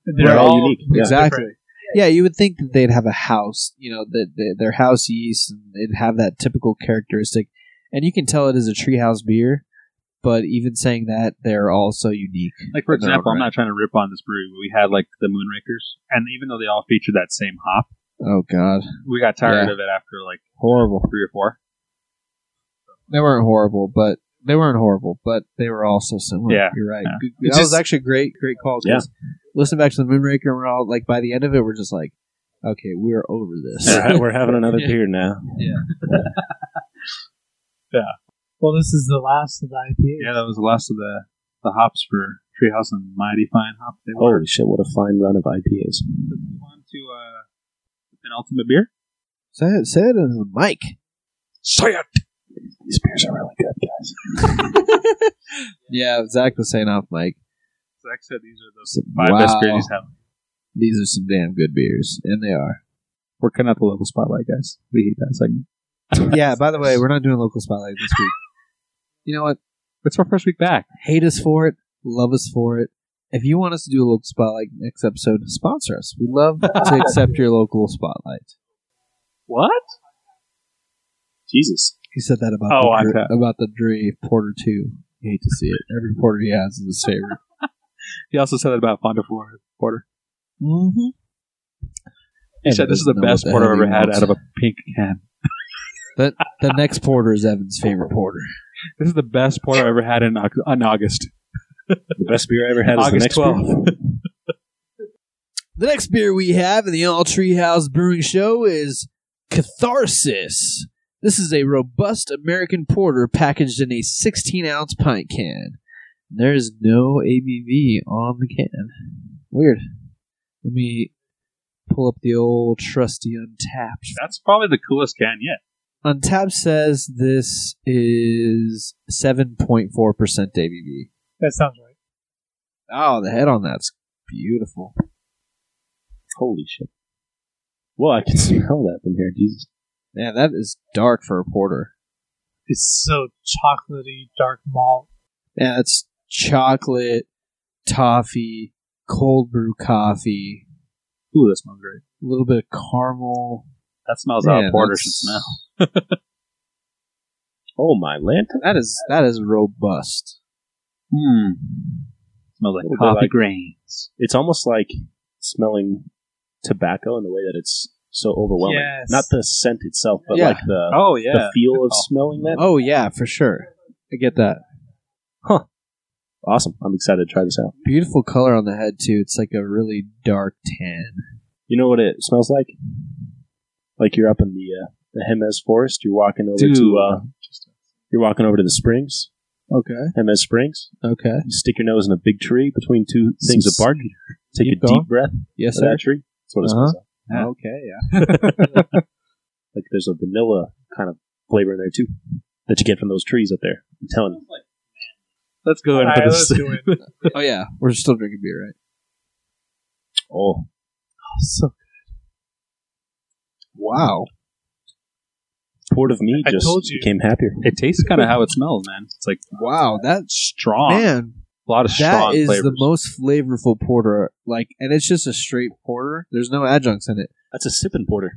Speaker 1: And they're
Speaker 5: They're all
Speaker 1: all,
Speaker 5: unique.
Speaker 1: really
Speaker 5: Yeah.
Speaker 3: Exactly.
Speaker 1: different.
Speaker 3: Yeah, you would think that they'd have a house, you know, that that their house yeast and it'd have that typical characteristic, and you can tell it is a treehouse beer. But even saying that, they're all so unique.
Speaker 2: Like for
Speaker 3: in their own
Speaker 2: example, I'm
Speaker 3: right.
Speaker 2: not trying to rip on this brewery, but we had like the Moonrakers, and even though they all featured that same hop,
Speaker 3: Oh God,
Speaker 2: we got tired
Speaker 3: Yeah.
Speaker 2: of it after like
Speaker 3: horrible!
Speaker 2: three or four.
Speaker 3: They weren't horrible, but they weren't horrible, but they were all so similar.
Speaker 2: Yeah,
Speaker 3: you're right.
Speaker 2: yeah.
Speaker 3: Good-
Speaker 2: It's
Speaker 3: That was
Speaker 2: just-
Speaker 3: actually a great, great call. 'cause Listen back to the Moonraker, and we're all like, by the end of it, we're just like, okay, we're over this.
Speaker 5: We're, ha- we're having another
Speaker 3: Yeah.
Speaker 5: beer now.
Speaker 1: Well, this is the last of the IPA.
Speaker 2: Yeah, that was the last of the the hops for Treehouse and Mighty Fine Hop. They were
Speaker 5: Holy shit! What a fine run of
Speaker 2: Let's
Speaker 5: IPAs.
Speaker 3: Oh.
Speaker 2: move on to uh, the penultimate beer.
Speaker 3: Say it, say it into the mic.
Speaker 5: These beers are really good, guys.
Speaker 3: Yeah, Zach was saying off mic.
Speaker 2: Zach said these are the
Speaker 3: So-
Speaker 2: five best
Speaker 3: wow.
Speaker 2: beers he's had.
Speaker 3: These are some damn good beers, and they are.
Speaker 2: We're cutting out the local spotlight, guys. We hate that segment.
Speaker 3: yeah, by the way, we're not doing local spotlight this week. You know what?
Speaker 2: It's our first week back.
Speaker 3: Hate us for it, love us for it. If you want us to do a local spotlight next episode, sponsor us. We love to accept your local spotlight.
Speaker 2: What?
Speaker 5: Jesus.
Speaker 3: He said that about
Speaker 2: Oh,
Speaker 3: the,
Speaker 2: I
Speaker 3: Dre-
Speaker 2: thought-
Speaker 3: about the Dre Porter Two. You hate to see it. Every porter he has is his favorite.
Speaker 2: He also said that about Fonda Flor- Porter.
Speaker 3: mm-hmm.
Speaker 2: He said this is the best porter I've ever had out of a pink can.
Speaker 3: The next porter is Evan's favorite porter.
Speaker 2: This is the best porter I've ever had in, Oc- in August.
Speaker 5: The best beer I ever had is the
Speaker 2: August
Speaker 5: next beer.
Speaker 2: 12th.
Speaker 3: The next beer we have in the All Treehouse Brewing Show is Catharsis. This is a robust American porter packaged in a 16 ounce pint can. There is no ABV on the can. Weird. Let me pull up the old trusty Untapped.
Speaker 2: That's probably the coolest can yet.
Speaker 3: Untapped says this is 7.4% ABV.
Speaker 1: That sounds right.
Speaker 3: Oh, the head on that's beautiful.
Speaker 5: Holy shit. Well, I can smell that from here. Jesus.
Speaker 3: Man, that is dark for a porter.
Speaker 1: It's so chocolatey, dark malt.
Speaker 3: Yeah, it's chocolate, toffee, cold brew coffee,
Speaker 2: Ooh, that smells great.
Speaker 3: a little bit of caramel.
Speaker 2: That smells how
Speaker 3: Man,
Speaker 2: a porter
Speaker 3: that's-
Speaker 2: should smell.
Speaker 5: Oh my lantern.
Speaker 3: That is that is robust.
Speaker 2: Hmm. Smells
Speaker 5: Little
Speaker 2: like
Speaker 5: bit
Speaker 2: coffee
Speaker 5: like-
Speaker 2: grains.
Speaker 5: It's almost like smelling tobacco in the way that it's so overwhelming.
Speaker 1: Yes.
Speaker 5: Not the scent itself, but
Speaker 3: Yeah.
Speaker 5: like the
Speaker 2: Oh
Speaker 5: the feel of
Speaker 2: Oh.
Speaker 5: smelling that.
Speaker 3: Oh yeah, for sure. I get that.
Speaker 5: Awesome. I'm excited to try this out.
Speaker 3: Beautiful color on the head too. It's like a really dark tan.
Speaker 5: You know what it smells like? Like you're up in the uh, the Jemez Forest. You're walking over to
Speaker 2: Dude.
Speaker 5: uh, you're walking over to the springs,
Speaker 3: Okay.
Speaker 5: Jemez Springs.
Speaker 3: Okay.
Speaker 5: You stick your nose in a big tree between two things
Speaker 3: Some-
Speaker 5: apart. Take
Speaker 3: Keep
Speaker 5: a
Speaker 3: going.
Speaker 5: deep breath
Speaker 3: Yes,
Speaker 5: of
Speaker 3: sir.
Speaker 5: that tree. That's what it
Speaker 3: Uh-huh.
Speaker 5: smells like.
Speaker 3: Okay. Yeah.
Speaker 5: Like there's a vanilla kind of flavor in there too that you get from those trees up there. I'm telling you.
Speaker 2: Let's go in
Speaker 1: All right,
Speaker 2: for
Speaker 1: let's
Speaker 2: this.
Speaker 1: do it. Oh,
Speaker 3: Oh yeah. We're still drinking beer, right?
Speaker 5: Oh,
Speaker 1: so
Speaker 3: Wow.
Speaker 5: port of me
Speaker 1: I
Speaker 5: just
Speaker 1: told you.
Speaker 5: became happier.
Speaker 2: It tastes kind of how it smells, man. It's like
Speaker 3: Wow. That's
Speaker 2: strong.
Speaker 3: man.
Speaker 2: a lot of
Speaker 3: That
Speaker 2: strong
Speaker 3: is
Speaker 2: flavors.
Speaker 3: the most flavorful porter. Like, and it's just a straight porter. There's no adjuncts in it,
Speaker 5: That's a sipping porter.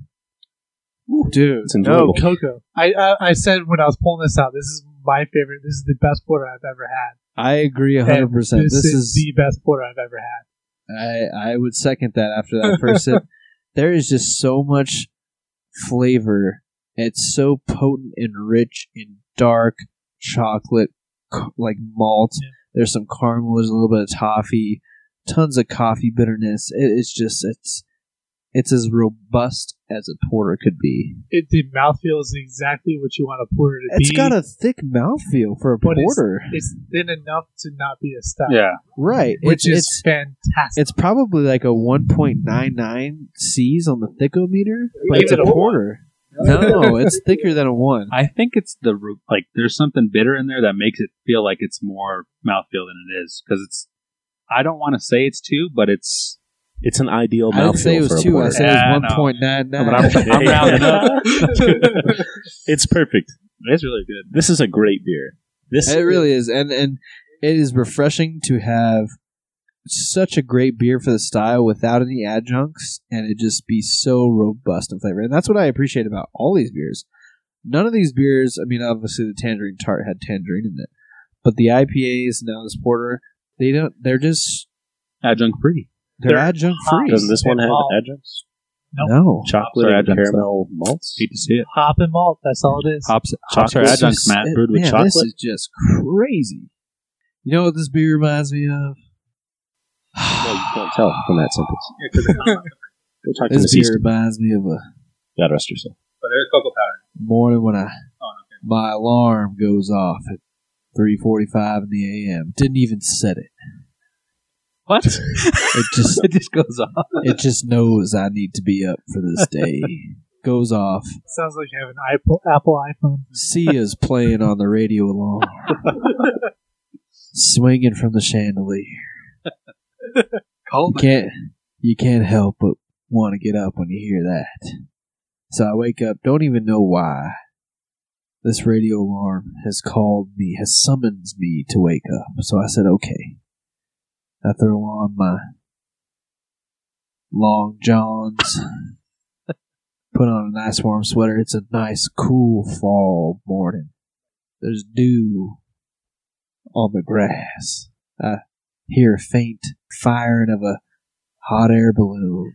Speaker 3: dude.
Speaker 5: It's
Speaker 1: no
Speaker 5: enjoyable.
Speaker 1: cocoa. I, I I said when I was pulling this out, this is my favorite. This is the best porter I've ever had.
Speaker 3: I agree
Speaker 1: And
Speaker 3: 100%. This,
Speaker 1: This, is,
Speaker 3: is,
Speaker 1: the best porter I've ever had.
Speaker 3: I, I would second that after that first sip. There is just so much flavor. It's so potent and rich and dark chocolate, c- like malt.
Speaker 1: Yeah.
Speaker 3: There's some caramel, there's a little bit of toffee, tons of coffee bitterness. It is just, it's, it's as robust as a porter could be.
Speaker 1: It, the mouthfeel is exactly what you want a porter to
Speaker 3: It's
Speaker 1: be.
Speaker 3: got a thick mouthfeel for a
Speaker 1: But it's-
Speaker 3: porter.
Speaker 1: it's thin enough to not be a stout.
Speaker 2: yeah.
Speaker 3: right.
Speaker 1: which
Speaker 3: it's,
Speaker 1: is
Speaker 3: it's,
Speaker 1: fantastic.
Speaker 3: It's probably like a 1.99 C's on the thickometer, but
Speaker 1: Give
Speaker 3: it's a
Speaker 1: it a one.
Speaker 3: quarter. No, it's thicker than a one.
Speaker 2: I think it's the ru- like there's something bitter in there that makes it feel like it's more mouthfeel than it is because it's. I don't want to say it's two, but it's.
Speaker 5: It's an ideal
Speaker 3: I didn't say it
Speaker 5: mouthfeel for
Speaker 3: was
Speaker 5: a
Speaker 3: two. I
Speaker 5: porter.
Speaker 3: said
Speaker 2: Yeah, I
Speaker 3: it
Speaker 2: know.
Speaker 3: was 1.99.
Speaker 2: But I'm, I'm rounding up.
Speaker 5: it's perfect.
Speaker 2: It's really good.
Speaker 5: This is a great beer. This
Speaker 3: it really is, and and it is refreshing to have such a great beer for the style without any adjuncts, and it just be so robust in flavor. And that's what I appreciate about all these beers. None of these beers, I mean, obviously the tangerine tart had tangerine in it, but the IPAs now this porter, they don't. They're just
Speaker 2: Adjunct free.
Speaker 3: they're,
Speaker 1: They're
Speaker 3: adjunct
Speaker 1: hot.
Speaker 3: free.
Speaker 5: doesn't this one have
Speaker 1: Malt.
Speaker 5: adjuncts?
Speaker 3: No,
Speaker 5: Chocolate
Speaker 2: Sorry,
Speaker 5: and
Speaker 2: adjuncts,
Speaker 5: caramel malts.
Speaker 2: Hate to see it.
Speaker 1: Hop and malt. That's all it is.
Speaker 2: Hops, hops are
Speaker 5: Chocolate
Speaker 2: adjuncts,
Speaker 3: This is-
Speaker 2: Matt.
Speaker 3: it-
Speaker 5: brewed with
Speaker 3: man, This
Speaker 5: chocolate?
Speaker 3: is just crazy. You know what this beer reminds me of?
Speaker 5: No, you can't tell from that sentence. Go talk to
Speaker 3: This
Speaker 5: Miss
Speaker 3: beer
Speaker 5: Easton.
Speaker 3: reminds me of a
Speaker 5: God rest her soul.
Speaker 2: But there's cocoa powder.
Speaker 3: morning when I
Speaker 2: Oh,
Speaker 3: my alarm goes off at three forty-five in the a.m. Didn't even set it.
Speaker 2: What?
Speaker 3: It just
Speaker 2: it just goes off.
Speaker 3: it just knows I need to be up for this day. Goes off.
Speaker 1: Sounds like you have an Apple, Apple iPhone.
Speaker 3: Sia's playing on the radio alarm, swinging from the chandelier.
Speaker 2: Cold.
Speaker 3: You can't you can't help but want to get up when you hear that. So I wake up, don't even know why. This radio alarm has called me, has summons me to wake up. So I said, okay. I throw on my long johns, put on a nice warm sweater. It's a nice, cool fall morning. There's dew on the grass. I hear a faint firing of a hot air balloon.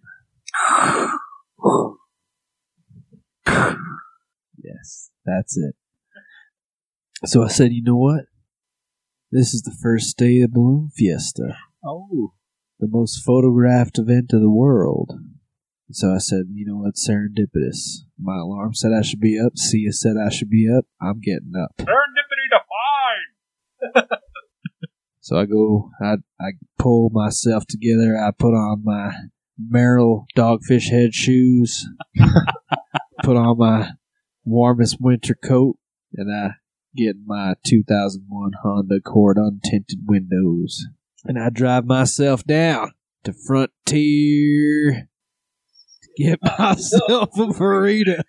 Speaker 3: yes, that's it. So I said, you know what? This is the first day of Balloon Fiesta,
Speaker 2: Oh,
Speaker 3: the most photographed event of the world. So I said, you know what? Serendipitous. My alarm said I should be up. Sia said I should be up. I'm getting up.
Speaker 2: serendipity defined.
Speaker 3: So I go, I, I pull myself together. I put on my Merrill dogfish head shoes, put on my warmest winter coat, and I get in my 2001 Honda Accord untinted windows. And I drive myself down to Frontier to get myself a burrito.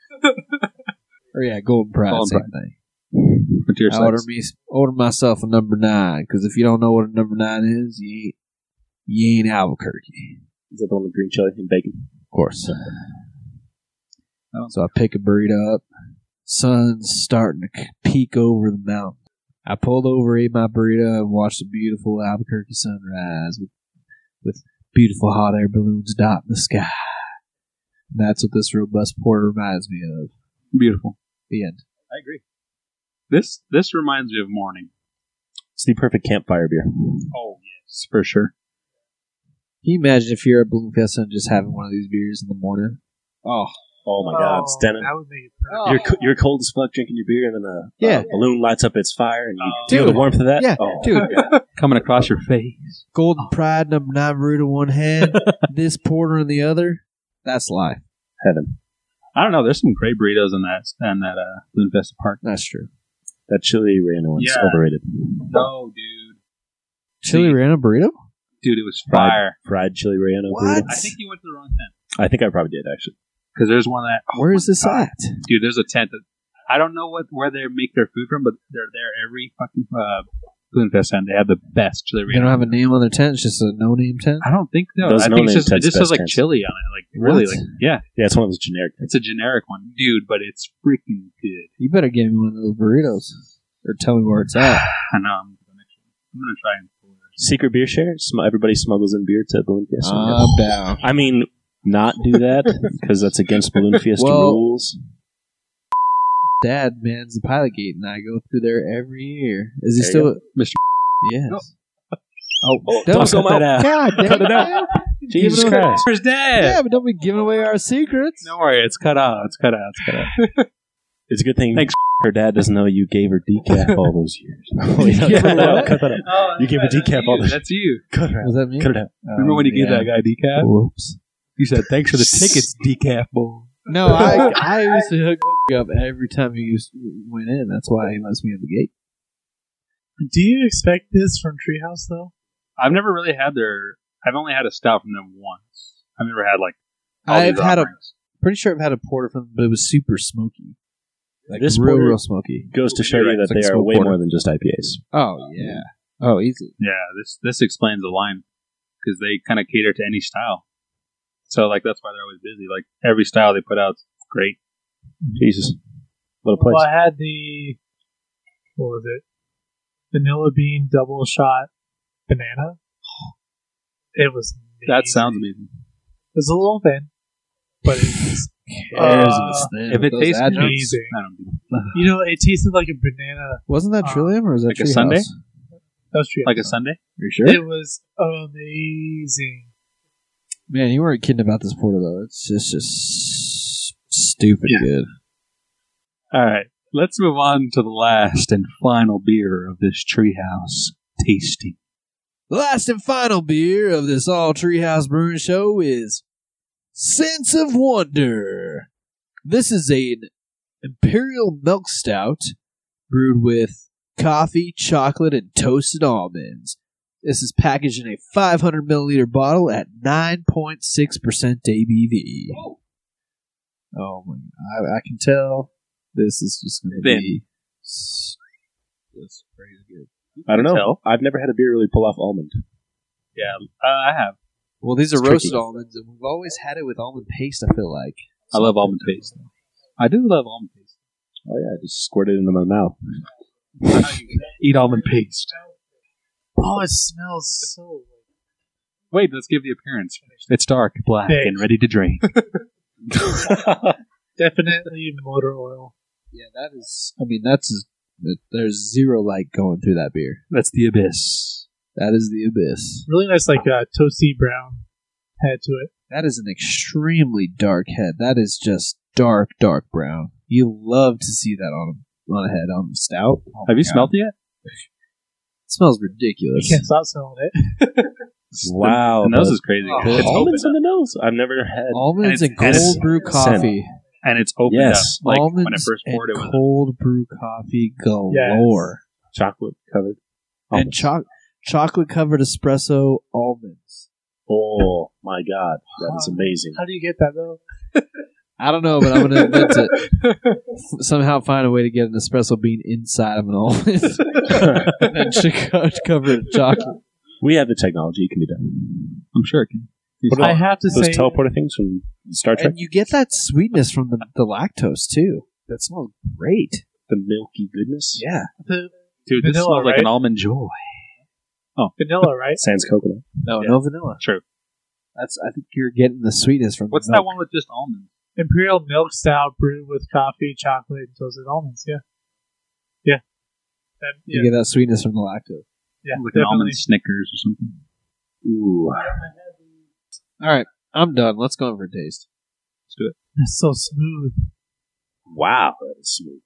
Speaker 3: or yeah, Golden Pride,
Speaker 2: Golden
Speaker 3: same
Speaker 2: Pride.
Speaker 3: thing.
Speaker 2: Frontier
Speaker 3: I order
Speaker 2: Sites.
Speaker 3: me order myself a number nine because if you don't know what a number nine is, you ain't you ain't Albuquerque,
Speaker 5: Is that the one with green chili and bacon?
Speaker 3: of course. So I pick a burrito up. Sun's starting to c- peek over the mountain. I pulled over, ate my burrito, and watched the beautiful Albuquerque sunrise with, with beautiful hot air balloons dotting the sky. And that's what this robust porter reminds me of.
Speaker 2: Beautiful.
Speaker 3: The end.
Speaker 2: I agree. This this reminds me of morning.
Speaker 5: It's the perfect campfire beer.
Speaker 2: Oh yes, for sure.
Speaker 3: Can you imagine if you're at Balloon Fiesta and just having one of these beers in the morning? Oh,
Speaker 5: Oh my god, it's denim.
Speaker 1: That would make it perfect.
Speaker 3: Oh.
Speaker 5: You're, co- you're cold as fuck drinking your beer, and then a,
Speaker 3: Yeah.
Speaker 5: a balloon lights up its fire, and you feel
Speaker 3: Dude.
Speaker 5: the warmth of that.
Speaker 3: Yeah,
Speaker 5: oh,
Speaker 3: dude.
Speaker 5: my God.
Speaker 2: Coming across your face.
Speaker 3: Golden Pride number nine root in one hand, this porter in the other. That's life.
Speaker 5: heaven.
Speaker 2: I don't know. There's some great burritos in that in that uh, Balloon Fest Park.
Speaker 3: That's true.
Speaker 5: That chili reno one's
Speaker 2: Yeah.
Speaker 5: overrated.
Speaker 2: No, dude.
Speaker 3: Chili
Speaker 2: See?
Speaker 3: random burrito.
Speaker 2: Dude, it was
Speaker 5: Fried-
Speaker 2: fire.
Speaker 5: Fried chili reno.
Speaker 3: What?
Speaker 5: burrito.
Speaker 2: I think you went to the wrong tent
Speaker 5: I think I probably did actually.
Speaker 2: because there's one that
Speaker 3: Where is this
Speaker 2: God.
Speaker 3: at?
Speaker 2: dude. There's a tent that I don't know what where they make their food from, but they're there every fucking uh, Balloon Fest tent. They have the best chili.
Speaker 3: They
Speaker 2: reno.
Speaker 3: don't have a name on their tent. It's just a no-name tent.
Speaker 2: I don't think so.
Speaker 5: Those
Speaker 2: I think
Speaker 5: no-name
Speaker 2: it's just, it
Speaker 5: tents,
Speaker 2: just
Speaker 5: best
Speaker 2: says like
Speaker 5: tents.
Speaker 2: chili on it. Like really,
Speaker 3: What?
Speaker 2: like yeah,
Speaker 5: Yeah, it's one of those generic.
Speaker 2: it's a generic one, dude. But it's freaking good.
Speaker 3: You better give me one of those burritos, or tell me where it's at.
Speaker 2: I know. I'm gonna, um, I'm gonna try and pull it.
Speaker 5: Secret beer share. Sm- everybody smuggles in beer to Balloon Fiesta.
Speaker 2: Uh,
Speaker 3: I'm down.
Speaker 5: I mean, not do that because that's against Balloon Fiesta
Speaker 3: Well-
Speaker 5: rules.
Speaker 3: Dad mans the pilot gate, and I go through there every year. Is he
Speaker 5: There
Speaker 3: still,
Speaker 2: Mr.
Speaker 3: Yes. Oh,
Speaker 5: don't
Speaker 3: was-
Speaker 5: cut that out.
Speaker 3: God damn
Speaker 5: Cut it
Speaker 3: out.
Speaker 5: Jesus Christ.
Speaker 2: Where's Dad?
Speaker 3: Yeah, but don't be giving away our secrets.
Speaker 2: Don't worry, it's cut out. It's cut out. It's cut out.
Speaker 5: It's a good thing
Speaker 2: Thanks.
Speaker 5: her dad doesn't know you gave her decaf all those years. No,
Speaker 3: You
Speaker 5: cut
Speaker 3: gave her
Speaker 5: that out,
Speaker 3: what?
Speaker 5: cut that out. You gave a decaf
Speaker 2: Oh, That's
Speaker 5: all
Speaker 2: you.
Speaker 5: the-
Speaker 2: That's you.
Speaker 5: Cut her out.
Speaker 3: What
Speaker 5: Oh,
Speaker 3: does that mean? Oh,
Speaker 5: Cut it out.
Speaker 2: Remember when you gave that guy decaf?
Speaker 3: Whoops.
Speaker 2: You said, "Thanks for the tickets, decaf boy."
Speaker 3: No, I I used to hook up every time he used went in. That's why he lets me in the gate.
Speaker 1: Do you expect this from Treehouse though?
Speaker 2: I've never really had their. I've only had a stout from them once. I've never had like. all
Speaker 3: I've
Speaker 2: these
Speaker 3: had a
Speaker 2: offerings.
Speaker 3: pretty sure I've had a porter from, but it was super smoky, like
Speaker 5: This
Speaker 3: real
Speaker 5: porter-
Speaker 3: real smoky.
Speaker 5: Goes to show
Speaker 2: You're right.
Speaker 5: you that
Speaker 3: It's like
Speaker 5: they are
Speaker 3: smoked
Speaker 5: way
Speaker 3: porter.
Speaker 5: more than just IPAs.
Speaker 3: Oh yeah. Oh easy.
Speaker 2: Yeah, this this explains the line because they kind of cater to any style. So like that's why they're always busy. Like every style they put out's great. Mm-hmm.
Speaker 5: Jesus. What a place.
Speaker 1: Well, I had the what was it? Vanilla bean double shot banana. It was
Speaker 2: That
Speaker 1: amazing.
Speaker 2: sounds amazing.
Speaker 1: It was a little thin, but it was, Uh,
Speaker 2: If it tastes
Speaker 1: adjuncts.
Speaker 2: amazing, I don't know,
Speaker 1: you know it tasted like a banana.
Speaker 3: wasn't that
Speaker 1: uh,
Speaker 3: Trillium or was that
Speaker 2: like a
Speaker 3: Treehouse?
Speaker 2: Sunday?
Speaker 1: That was true.
Speaker 2: like a Sunday.
Speaker 3: You sure?
Speaker 1: It was amazing.
Speaker 3: Man, you weren't kidding about this porter though. It's just just stupid
Speaker 2: Yeah.
Speaker 3: good.
Speaker 2: All right, let's move on to the last and final beer of this treehouse tasting.
Speaker 3: The last and final beer of this all treehouse brewing show is Sense of Wonder. This is an imperial milk stout brewed with coffee, chocolate, and toasted almonds. This is packaged in a 500 milliliter bottle at 9.6% ABV. Oh my! I, I can tell this is just going to
Speaker 2: Thin.
Speaker 3: be. s- That's crazy good.
Speaker 5: I don't know.
Speaker 2: Tell.
Speaker 5: I've never had a beer really pull off almond.
Speaker 2: Yeah, uh, I have.
Speaker 3: Well, these are
Speaker 5: It's
Speaker 3: roasted
Speaker 5: tricky.
Speaker 3: almonds, and we've always had it with almond paste. I feel like
Speaker 2: I love almond paste. I do love almond paste.
Speaker 5: Oh yeah, I just squirted it into my mouth.
Speaker 2: Eat almond paste.
Speaker 1: Oh, it smells so.
Speaker 2: Wait, let's give the appearance. It's dark, black,
Speaker 1: Big.
Speaker 2: and ready to drink.
Speaker 1: Definitely motor oil.
Speaker 3: Yeah, that is. I mean, that's there's zero light going through that beer.
Speaker 2: That's the abyss.
Speaker 3: That is the abyss.
Speaker 1: Really nice, like uh, toasty brown head to it.
Speaker 3: That is an extremely dark head. That is just dark, dark brown. You love to see that on a, on a head on a stout. Oh my
Speaker 2: Have you
Speaker 3: God.
Speaker 2: smelled it yet?
Speaker 3: It smells
Speaker 1: You
Speaker 3: ridiculous.
Speaker 1: can't stop smelling it.
Speaker 5: Wow,
Speaker 2: the, the nose
Speaker 5: that's-
Speaker 2: is crazy.
Speaker 1: Oh,
Speaker 2: it's open,
Speaker 5: almonds on the nose. I've never had.
Speaker 3: Almonds
Speaker 2: And
Speaker 3: and,
Speaker 2: it's- and
Speaker 3: cold
Speaker 2: it's-
Speaker 3: brew coffee.
Speaker 2: and it's opened
Speaker 5: Yes.
Speaker 2: up. Like
Speaker 3: Almonds
Speaker 2: when it first poured, it
Speaker 3: and
Speaker 2: was
Speaker 3: cold brew coffee galore.
Speaker 5: chocolate covered.
Speaker 3: And cho- chocolate covered espresso almonds.
Speaker 5: oh my god, that is amazing.
Speaker 1: How do you get that though?
Speaker 3: I don't know, but I'm going to invent it. F- Somehow find a way to get an espresso bean inside of an almond and then choco- cover it in chocolate.
Speaker 5: we have the technology; it can be done.
Speaker 2: I'm sure it can.
Speaker 1: I have to
Speaker 5: Those
Speaker 1: say,
Speaker 5: teleporter things from Star Trek,
Speaker 3: And you get that sweetness from the, the lactose, too. That smells great.
Speaker 5: the milky goodness.
Speaker 3: Yeah.
Speaker 1: the
Speaker 2: Dude, this
Speaker 1: Vanilla,
Speaker 2: smells like an
Speaker 1: right?
Speaker 2: almond joy.
Speaker 1: vanilla, right?
Speaker 5: Sans coconut.
Speaker 3: No,
Speaker 1: Yeah.
Speaker 3: no vanilla.
Speaker 2: True.
Speaker 3: That's. I think you're getting the sweetness from
Speaker 2: What's
Speaker 3: the milk.
Speaker 2: that one with just almonds?
Speaker 1: Imperial milk stout brewed with coffee, chocolate, and toasted almonds. Yeah, yeah, that,
Speaker 3: You
Speaker 1: yeah,
Speaker 3: get that sweetness from the lactose.
Speaker 1: yeah,
Speaker 2: Like an
Speaker 1: definitely.
Speaker 2: almond Snickers or something.
Speaker 5: Ooh,
Speaker 3: All right, I'm done. Let's go in for a taste.
Speaker 1: That's so smooth.
Speaker 5: wow, that is smooth.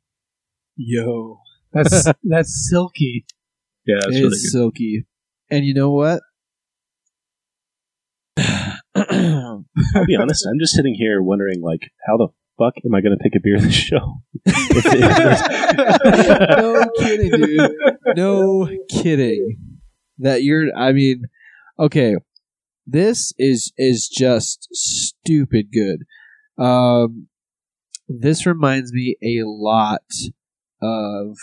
Speaker 3: Yo,
Speaker 1: That's that's silky.
Speaker 2: Yeah, that's
Speaker 3: it's
Speaker 2: really good.
Speaker 3: silky, and you know what?
Speaker 5: I'll be honest, I'm just sitting here wondering, like, how the fuck am I going to pick a beer this show? If it-
Speaker 3: no kidding, dude. No kidding. That you're. I mean, okay, this is is just stupid good. Um, this reminds me a lot of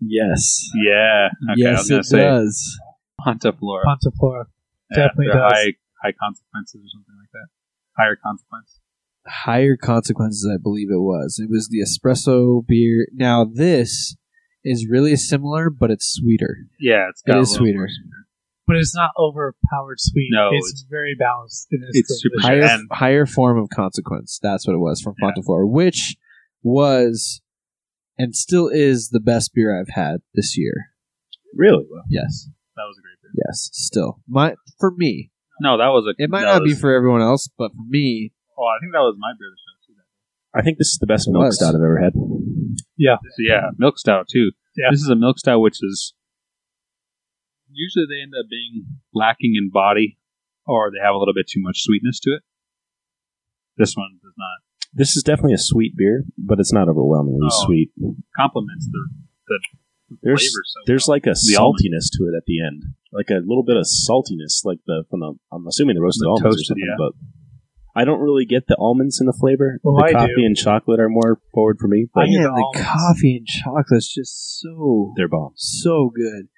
Speaker 3: yes,
Speaker 2: Yeah. Okay, I was
Speaker 3: yes,
Speaker 2: gonna
Speaker 3: it
Speaker 2: say
Speaker 3: does.
Speaker 2: Ponta Flora.
Speaker 1: Pontiflora.
Speaker 2: Yeah,
Speaker 1: definitely
Speaker 2: they're
Speaker 1: does.
Speaker 2: High, high consequences or something like that. Higher consequence.
Speaker 3: higher consequences i believe it was it was the espresso beer now this is really similar but it's sweeter
Speaker 2: Yeah, it's
Speaker 3: It
Speaker 2: got a
Speaker 3: is
Speaker 2: little
Speaker 3: sweeter.
Speaker 2: more
Speaker 1: but it's not overpowered sweet.
Speaker 2: No,
Speaker 1: it's,
Speaker 2: it's-
Speaker 1: very balanced. and
Speaker 2: it's
Speaker 1: delicious.
Speaker 2: super-
Speaker 3: higher
Speaker 2: And-
Speaker 3: higher form of consequence that's what it was from
Speaker 2: Yeah.
Speaker 3: Fonteflora, which was and still is the best beer i've had this year
Speaker 5: really? Well,
Speaker 3: yes
Speaker 2: That was a great beer.
Speaker 3: yes still my for me
Speaker 2: No, that was a.
Speaker 3: it might
Speaker 2: that
Speaker 3: not be
Speaker 2: was-
Speaker 3: for everyone else but for me
Speaker 2: Oh, I think that was my beer of the show too.
Speaker 5: I think this is the best
Speaker 3: It
Speaker 5: milk
Speaker 3: was.
Speaker 5: stout I've ever had.
Speaker 2: This- yeah, milk stout too.
Speaker 1: Yeah.
Speaker 2: This is a milk stout which is usually they end up being lacking in body, or they have a little bit too much sweetness to it. This one does not
Speaker 5: This is definitely a sweet beer, but it's not overwhelmingly
Speaker 2: Oh.
Speaker 5: sweet.
Speaker 2: complements the the
Speaker 5: There's-
Speaker 2: flavor so
Speaker 5: There's
Speaker 2: well.
Speaker 5: like a
Speaker 2: The
Speaker 5: saltiness
Speaker 2: almond.
Speaker 5: to it at the end, like a little bit of saltiness, like the from the. I'm assuming the roasted
Speaker 2: The
Speaker 5: almonds
Speaker 2: toasted,
Speaker 5: or something,
Speaker 2: yeah.
Speaker 5: but I don't really get the almonds in the flavor.
Speaker 1: Well,
Speaker 5: the
Speaker 1: I do.
Speaker 5: coffee and chocolate are more forward for me, but
Speaker 1: I get
Speaker 3: man,
Speaker 1: the
Speaker 3: the
Speaker 1: almonds.
Speaker 3: coffee and chocolate's just so
Speaker 5: they're bomb.
Speaker 3: so good,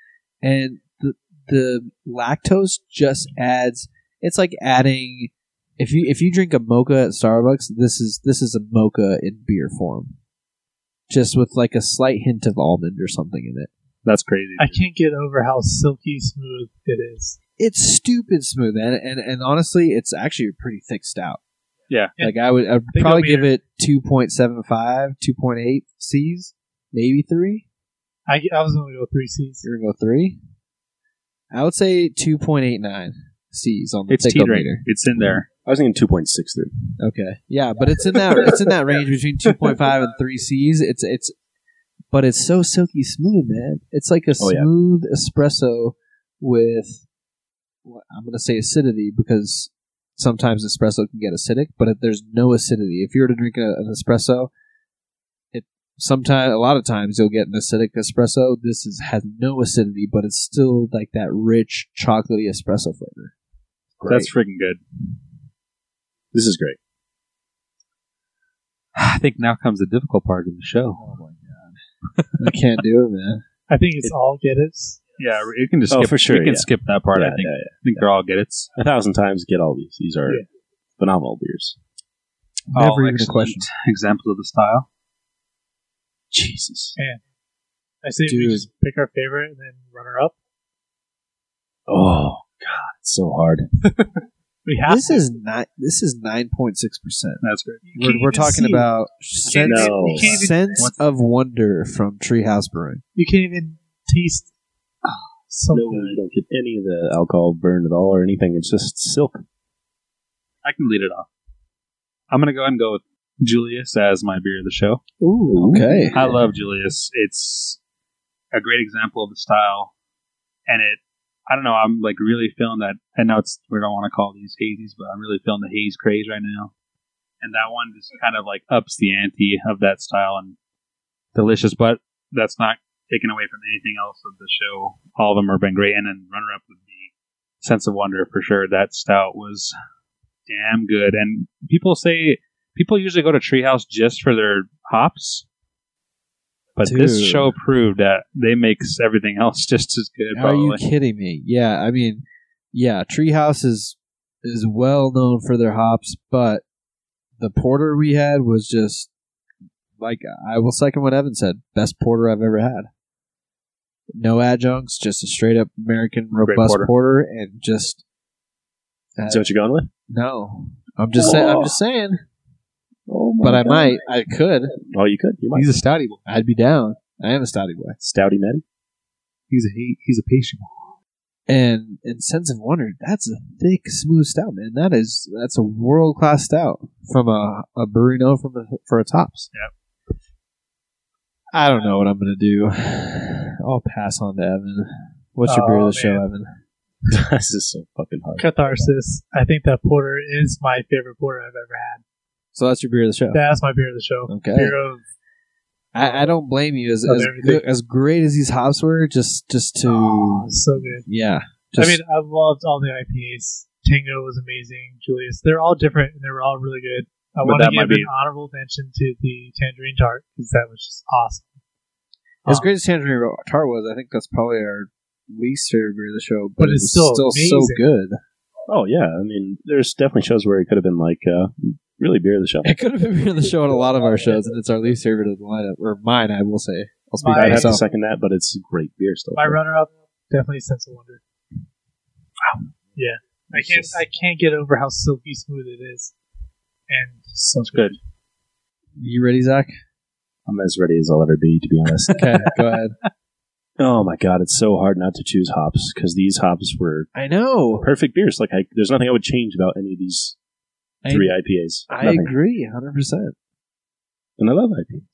Speaker 3: and the the lactose just adds. It's like adding if you if you drink a mocha at Starbucks, this is this is a mocha in beer form, just with like a slight hint of almond or something in it.
Speaker 2: that's crazy.
Speaker 1: I can't get over how silky smooth it is.
Speaker 3: It's stupid smooth, and and, and honestly, it's actually a pretty thick stout.
Speaker 2: Yeah.
Speaker 3: like I would I'd
Speaker 1: Think
Speaker 3: probably
Speaker 1: I'll be
Speaker 3: give it 2.75, 2.8 C's, maybe three.
Speaker 1: I, I was going to go three C's.
Speaker 3: You're gonna go three. I would say two point eight nine C's on the
Speaker 2: it's
Speaker 3: takeout
Speaker 2: teetering.
Speaker 3: meter.
Speaker 2: It's in there.
Speaker 5: I was thinking two point six three.
Speaker 3: Okay, yeah, but it's in that it's in that range between two point five and three C's. It's it's, but it's so silky smooth, man. It's like a
Speaker 5: Oh, yeah.
Speaker 3: smooth espresso with, well, I'm gonna say acidity because sometimes espresso can get acidic, but if there's no acidity, if you were to drink a, an espresso, it sometimes a lot of times you'll get an acidic espresso. This is has no acidity, but it's still like that rich chocolatey espresso flavor.
Speaker 2: That's freaking good.
Speaker 5: This is great.
Speaker 2: I think now comes the difficult part of the show.
Speaker 3: Oh my god, I can't do it, man.
Speaker 1: I think it's all get it.
Speaker 2: Yeah, you can just
Speaker 5: Oh,
Speaker 2: skip.
Speaker 5: for sure,
Speaker 2: we can
Speaker 5: yeah.
Speaker 2: skip that part.
Speaker 5: Yeah,
Speaker 2: I think.
Speaker 5: yeah,
Speaker 2: I think they're all get it's
Speaker 5: A thousand times, get all these. These are
Speaker 1: Yeah.
Speaker 5: phenomenal beers.
Speaker 3: Never
Speaker 2: all
Speaker 3: even a
Speaker 2: excellent
Speaker 3: question.
Speaker 2: Examples of the style.
Speaker 5: Jesus,
Speaker 1: I say we
Speaker 3: Dude.
Speaker 1: just pick our favorite and then runner up.
Speaker 5: Oh God, it's so hard.
Speaker 1: We have
Speaker 3: This
Speaker 1: to.
Speaker 3: is not. This is nine point six percent.
Speaker 2: That's great.
Speaker 1: You
Speaker 3: We're,
Speaker 1: can't
Speaker 3: we're
Speaker 1: even see
Speaker 3: talking
Speaker 1: it.
Speaker 3: about
Speaker 1: You
Speaker 3: sense,
Speaker 1: can't even-
Speaker 5: No.
Speaker 1: you can't even-
Speaker 3: sense of wonder from Treehouse Brewing.
Speaker 1: You can't even taste ah, so
Speaker 5: No,
Speaker 1: good.
Speaker 5: you don't get any of the alcohol burned at all or anything. It's just silk.
Speaker 2: I can lead it off. I'm gonna go ahead and go with Julius as my beer of the show.
Speaker 5: Ooh,
Speaker 3: Okay.
Speaker 2: I love Julius. It's a great example of the style, and it. I don't know. I'm like really feeling that. I know it's we don't want to call these hazies, but I'm really feeling the haze craze right now. And that one just kind of like ups the ante of that style and delicious. But that's not taken away from anything else of the show. All of them have been great. And then runner up would be Sense of Wonder for sure. That stout was damn good. And people say people usually go to Treehouse just for their hops. But this
Speaker 3: Dude.
Speaker 2: show proved that they makes everything else just as good.
Speaker 3: Are
Speaker 2: Probably.
Speaker 3: you kidding me? Yeah, I mean, yeah, Treehouse is is well known for their hops, but the porter we had was just like I will second what Evan said, best porter I've ever had. No adjuncts, just a straight up American robust
Speaker 2: porter.
Speaker 3: porter. and just uh,
Speaker 5: Is that what you're going with?
Speaker 3: no. I'm just saying. I'm just saying.
Speaker 5: Oh, my
Speaker 3: But I
Speaker 5: God.
Speaker 3: might. I could.
Speaker 5: Oh, you could. You might.
Speaker 3: He's a stouty boy. I'd be down. I am a stouty boy.
Speaker 5: Stouty Matty.
Speaker 2: He's a he, he's a patient.
Speaker 3: and and sense of wonder that's a thick smooth stout man that is that's a world class stout from a, a brewery known from the, for a tops
Speaker 2: Yep.
Speaker 3: i don't know what i'm gonna do i'll pass on to evan what's your
Speaker 1: Oh,
Speaker 3: beer of the show
Speaker 1: man.
Speaker 3: evan
Speaker 5: this is so fucking hard.
Speaker 1: Catharsis. I think that porter is my favorite porter I've ever had.
Speaker 3: so that's your beer of the show
Speaker 1: That's my beer of the show.
Speaker 3: okay
Speaker 1: Beer of
Speaker 3: I, I don't blame you as
Speaker 1: Of
Speaker 3: as,
Speaker 1: everything.
Speaker 3: good, as great as these hops were just just to
Speaker 1: so good.
Speaker 3: yeah just,
Speaker 1: I mean, I loved all the IPAs. Tango was amazing. Julius, they're all different and they were all really good. I
Speaker 2: But
Speaker 1: want to
Speaker 2: that
Speaker 1: give
Speaker 2: might
Speaker 1: an
Speaker 2: be-
Speaker 1: honorable mention to the tangerine tart because that was just awesome.
Speaker 3: as
Speaker 1: Um,
Speaker 3: great as tangerine tart was i think that's probably our least favorite beer of the show but,
Speaker 1: But it's
Speaker 3: it's
Speaker 1: still
Speaker 3: still so
Speaker 1: amazing.
Speaker 3: good
Speaker 5: Oh yeah, I mean, there's definitely shows where it could have been like uh, really beer of the show.
Speaker 3: It could have been beer of the show on a lot of our shows, and it's our least favorite of the lineup, or mine, I will say. I'll speak
Speaker 1: My-
Speaker 3: for
Speaker 5: I'd have to
Speaker 3: myself.
Speaker 5: second that, but it's great beer still.
Speaker 1: My runner-up definitely Sense of Wonder. Yeah, I
Speaker 2: It's
Speaker 1: can't.
Speaker 2: just-
Speaker 1: I can't get over how silky smooth it is, and so
Speaker 2: It's good.
Speaker 3: You ready, Zach?
Speaker 5: I'm as ready as I'll ever be, to be honest.
Speaker 3: Okay, go ahead.
Speaker 5: oh my god, it's so hard not to choose hops because these hops were
Speaker 3: I know.
Speaker 5: perfect beers. Like, I, there's nothing I would change about any of these
Speaker 3: I,
Speaker 5: three IPAs.
Speaker 3: I
Speaker 5: Nothing.
Speaker 3: agree, hundred percent.
Speaker 5: and I love IPAs.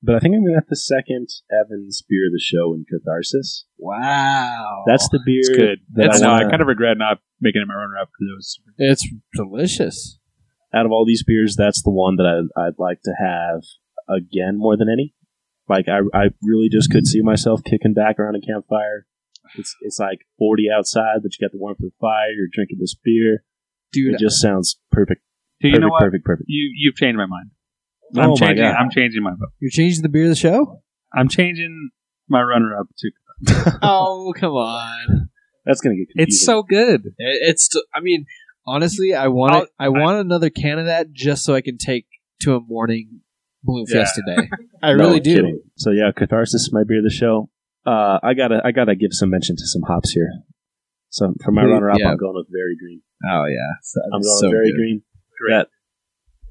Speaker 5: But I think I'm going to have to second Evan's beer of the show in Catharsis.
Speaker 3: Wow,
Speaker 5: That's the beer.
Speaker 2: Oh, It's good.
Speaker 5: That
Speaker 2: I
Speaker 5: I
Speaker 2: know. I
Speaker 5: wanna-
Speaker 2: kind of regret not making it my runner up because it was
Speaker 3: it's delicious.
Speaker 5: Out of all these beers, that's the one that I, I'd like to have again more than any. Like, I, I really just could see myself kicking back around a campfire. It's, it's like 40 outside, but you got the warmth of the fire. You're drinking this beer.
Speaker 3: Dude,
Speaker 5: It just sounds perfect.
Speaker 2: Do you
Speaker 5: perfect,
Speaker 2: know what?
Speaker 5: perfect, perfect.
Speaker 2: You you've changed my mind.
Speaker 5: Oh
Speaker 2: I'm
Speaker 5: my
Speaker 2: changing.
Speaker 5: God.
Speaker 2: I'm changing my vote.
Speaker 3: you're changing the beer of the show?
Speaker 2: I'm changing my runner up to.
Speaker 3: oh, come on.
Speaker 5: That's going to get confusing.
Speaker 2: It's so good.
Speaker 3: It, it's. t- I mean, honestly, I want it, I want another can of that just so I can take to a morning blue
Speaker 2: Yeah.
Speaker 3: fest today. I
Speaker 5: No,
Speaker 3: really do.
Speaker 5: kidding. So yeah, Catharsis might be the show. Uh, I gotta I gotta give some mention to some hops here. So for my
Speaker 3: Who-
Speaker 5: runner up,
Speaker 3: yeah.
Speaker 5: I'm going with Very Green.
Speaker 3: Oh yeah, So-
Speaker 5: I'm going
Speaker 3: it's
Speaker 5: with Very
Speaker 3: good.
Speaker 5: Green. That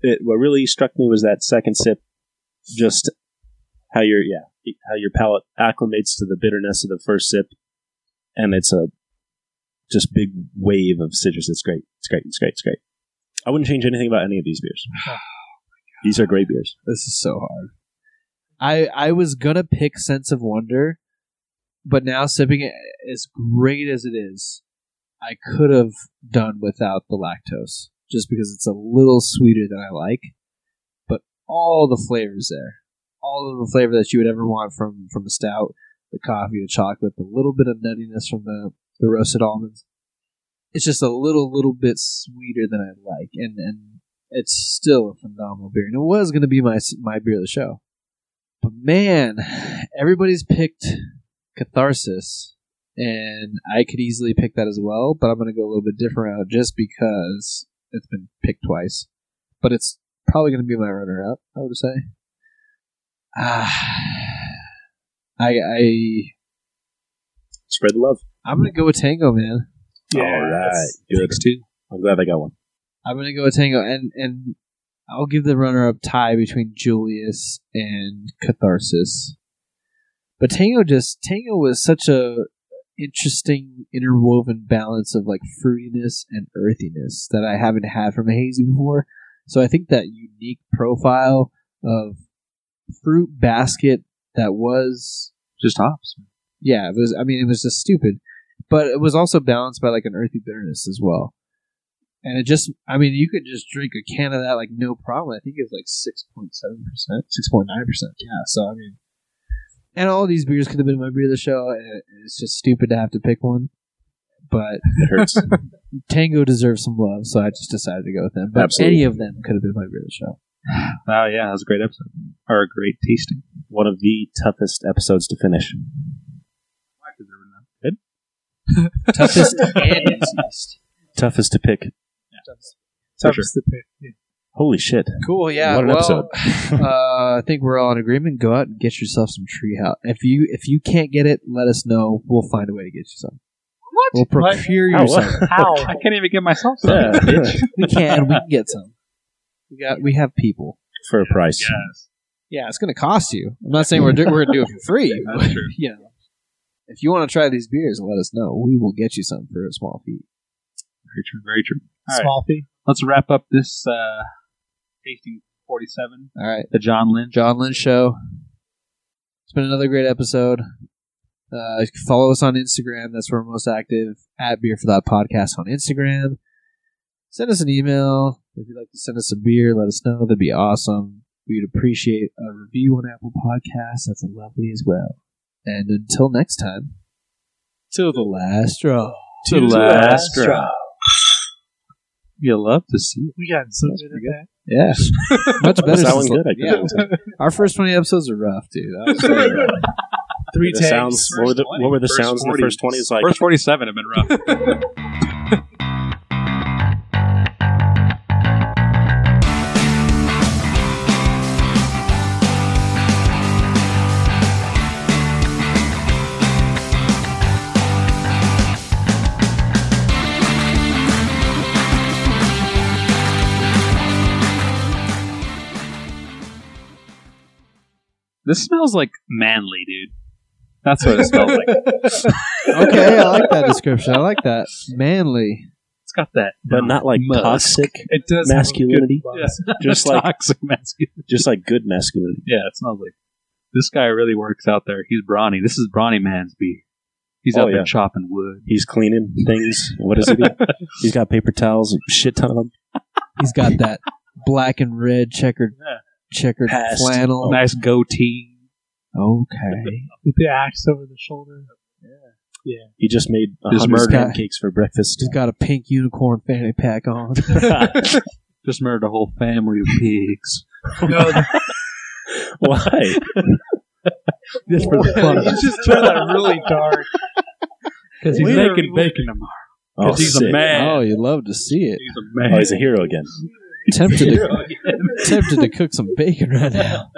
Speaker 5: it, what really struck me was that second sip, just how your yeah how your palate acclimates to the bitterness of the first sip, and it's a just big wave of citrus. It's great. It's great. It's great. It's great. I wouldn't change anything about any of these beers.
Speaker 2: Oh,
Speaker 5: These are great beers.
Speaker 3: This is so hard. I I was gonna pick Sense of Wonder, but now sipping it as great as it is, I could have done without the lactose, just because it's a little sweeter than I like. But all the flavors there, all of the flavor that you would ever want from from a stout, the coffee, the chocolate, the little bit of nuttiness from the the roasted almonds. It's just a little little bit sweeter than I like, and and it's still a phenomenal beer, and it was going to be my my beer of the show. But man, everybody's picked Catharsis, and I could easily pick that as well. But I'm going to go a little bit different route just because it's been picked twice. But it's probably going to be my runner up. I would say. Ah, I, I
Speaker 5: Spread the love.
Speaker 3: I'm gonna go with Tango, man.
Speaker 5: All
Speaker 2: Oh,
Speaker 5: right. Good.
Speaker 2: Thanks, too.
Speaker 5: I'm glad I got one.
Speaker 3: I'm gonna go with Tango, and and I'll give the runner-up tie between Julius and Catharsis. But Tango just Tango was such a interesting interwoven balance of like fruitiness and earthiness that I haven't had from a hazy before. So I think that unique profile of fruit basket that was
Speaker 2: Just hops.
Speaker 3: yeah, it was. I mean, it was just stupid, but it was also balanced by like an earthy bitterness as well. And it just, I mean, you could just drink a can of that like no problem. I think it was like six point seven percent, six point nine percent. Yeah, so I mean, and all these beers could have been my beer of the show, and it- it's just stupid to have to pick one. But
Speaker 5: It hurts.
Speaker 3: Tango deserves some love, so I just decided to go with them. But
Speaker 5: Absolutely.
Speaker 3: any of them could have been my beer of the show.
Speaker 2: Oh, yeah. That was a great episode. Or a great tasting.
Speaker 5: one of the toughest episodes to finish.
Speaker 3: Toughest and easiest.
Speaker 5: Toughest to pick.
Speaker 2: For
Speaker 1: That was the pick. Yeah.
Speaker 5: Holy shit.
Speaker 3: Cool, yeah.
Speaker 5: What an
Speaker 3: well,
Speaker 5: episode.
Speaker 3: uh, I think we're all in agreement. Go out and get yourself some treehouse. If you if you can't get it, let us know. We'll find a way to get you some.
Speaker 1: What?
Speaker 3: We'll procure
Speaker 5: How-
Speaker 3: you some.
Speaker 1: How?
Speaker 2: I can't even get myself some.
Speaker 5: Yeah, bitch.
Speaker 3: We can. We can get some. We got. We have people.
Speaker 5: For a price.
Speaker 2: Yes.
Speaker 3: Yeah, it's going to cost you. I'm not saying we're do- we're going to do it for free. but,
Speaker 2: true.
Speaker 3: You know, if you want to try these beers, let us know. We will get you some for a small fee.
Speaker 2: Very true. Very true. All right.
Speaker 1: Small fee.
Speaker 2: Let's wrap up this uh, tasting 47.
Speaker 3: All right.
Speaker 2: The John Lynch.
Speaker 3: John Lynn Show. It's been another great episode. Uh, you can follow us on Instagram. That's where we're most active at Beer for That Podcast on Instagram. Send us an email if you'd like to send us a beer. Let us know. That'd be awesome. We'd appreciate a review on Apple Podcasts. That's lovely as well. And until next time, till the last straw.
Speaker 2: To
Speaker 3: the
Speaker 2: last straw. You'll love to see it.
Speaker 1: We got so
Speaker 2: That's
Speaker 1: good
Speaker 2: pretty
Speaker 1: at
Speaker 3: Yeah, much better.
Speaker 5: Was that
Speaker 3: since
Speaker 5: one
Speaker 3: the-
Speaker 5: good? I couldn't
Speaker 3: yeah. Our first twenty episodes are rough, dude. That was really rough.
Speaker 1: that. Three
Speaker 5: the
Speaker 1: takes.
Speaker 5: sounds- What were the- what were the sounds in the first 20? It's like-
Speaker 2: First 47 have been rough. This smells like manly, dude. That's what it smells like.
Speaker 3: okay, I like that description. I like that. Manly.
Speaker 2: It's got that,
Speaker 5: But not like
Speaker 2: Musk.
Speaker 5: toxic.
Speaker 1: It does have a good
Speaker 5: Masculinity.
Speaker 1: buzz.
Speaker 2: Yeah.
Speaker 5: Just like
Speaker 2: toxic masculine.
Speaker 5: just like good masculinity.
Speaker 2: Yeah, it smells like this guy really works out there. He's brawny. This is brawny man's beer. He's
Speaker 5: Oh,
Speaker 2: out
Speaker 5: yeah.
Speaker 2: there chopping wood.
Speaker 5: He's cleaning things. What is it? He's got paper towels, and shit ton of them.
Speaker 3: He's got that black and red checkered
Speaker 2: Yeah.
Speaker 3: checkered
Speaker 5: Past.
Speaker 3: flannel.
Speaker 2: Nice goatee.
Speaker 3: Okay.
Speaker 1: With the axe over the shoulder.
Speaker 5: He just made a
Speaker 2: Just
Speaker 5: hundred
Speaker 3: murder.
Speaker 5: pancakes for breakfast.
Speaker 3: He's got a pink unicorn fanny pack on.
Speaker 2: Just murdered a whole family of pigs.
Speaker 1: No,
Speaker 5: Why?
Speaker 2: Just for the fun of
Speaker 1: you
Speaker 2: it.
Speaker 1: just turned that really dark.
Speaker 2: Because he's
Speaker 1: Later,
Speaker 2: making
Speaker 1: we-
Speaker 2: bacon tomorrow.
Speaker 5: Oh,
Speaker 2: 'Cause he's
Speaker 5: sick.
Speaker 2: a man.
Speaker 3: Oh, you love to see it.
Speaker 2: He's a
Speaker 5: Oh,
Speaker 2: man.
Speaker 5: he's a hero again.
Speaker 3: Tempted to tempted to cook some bacon right now.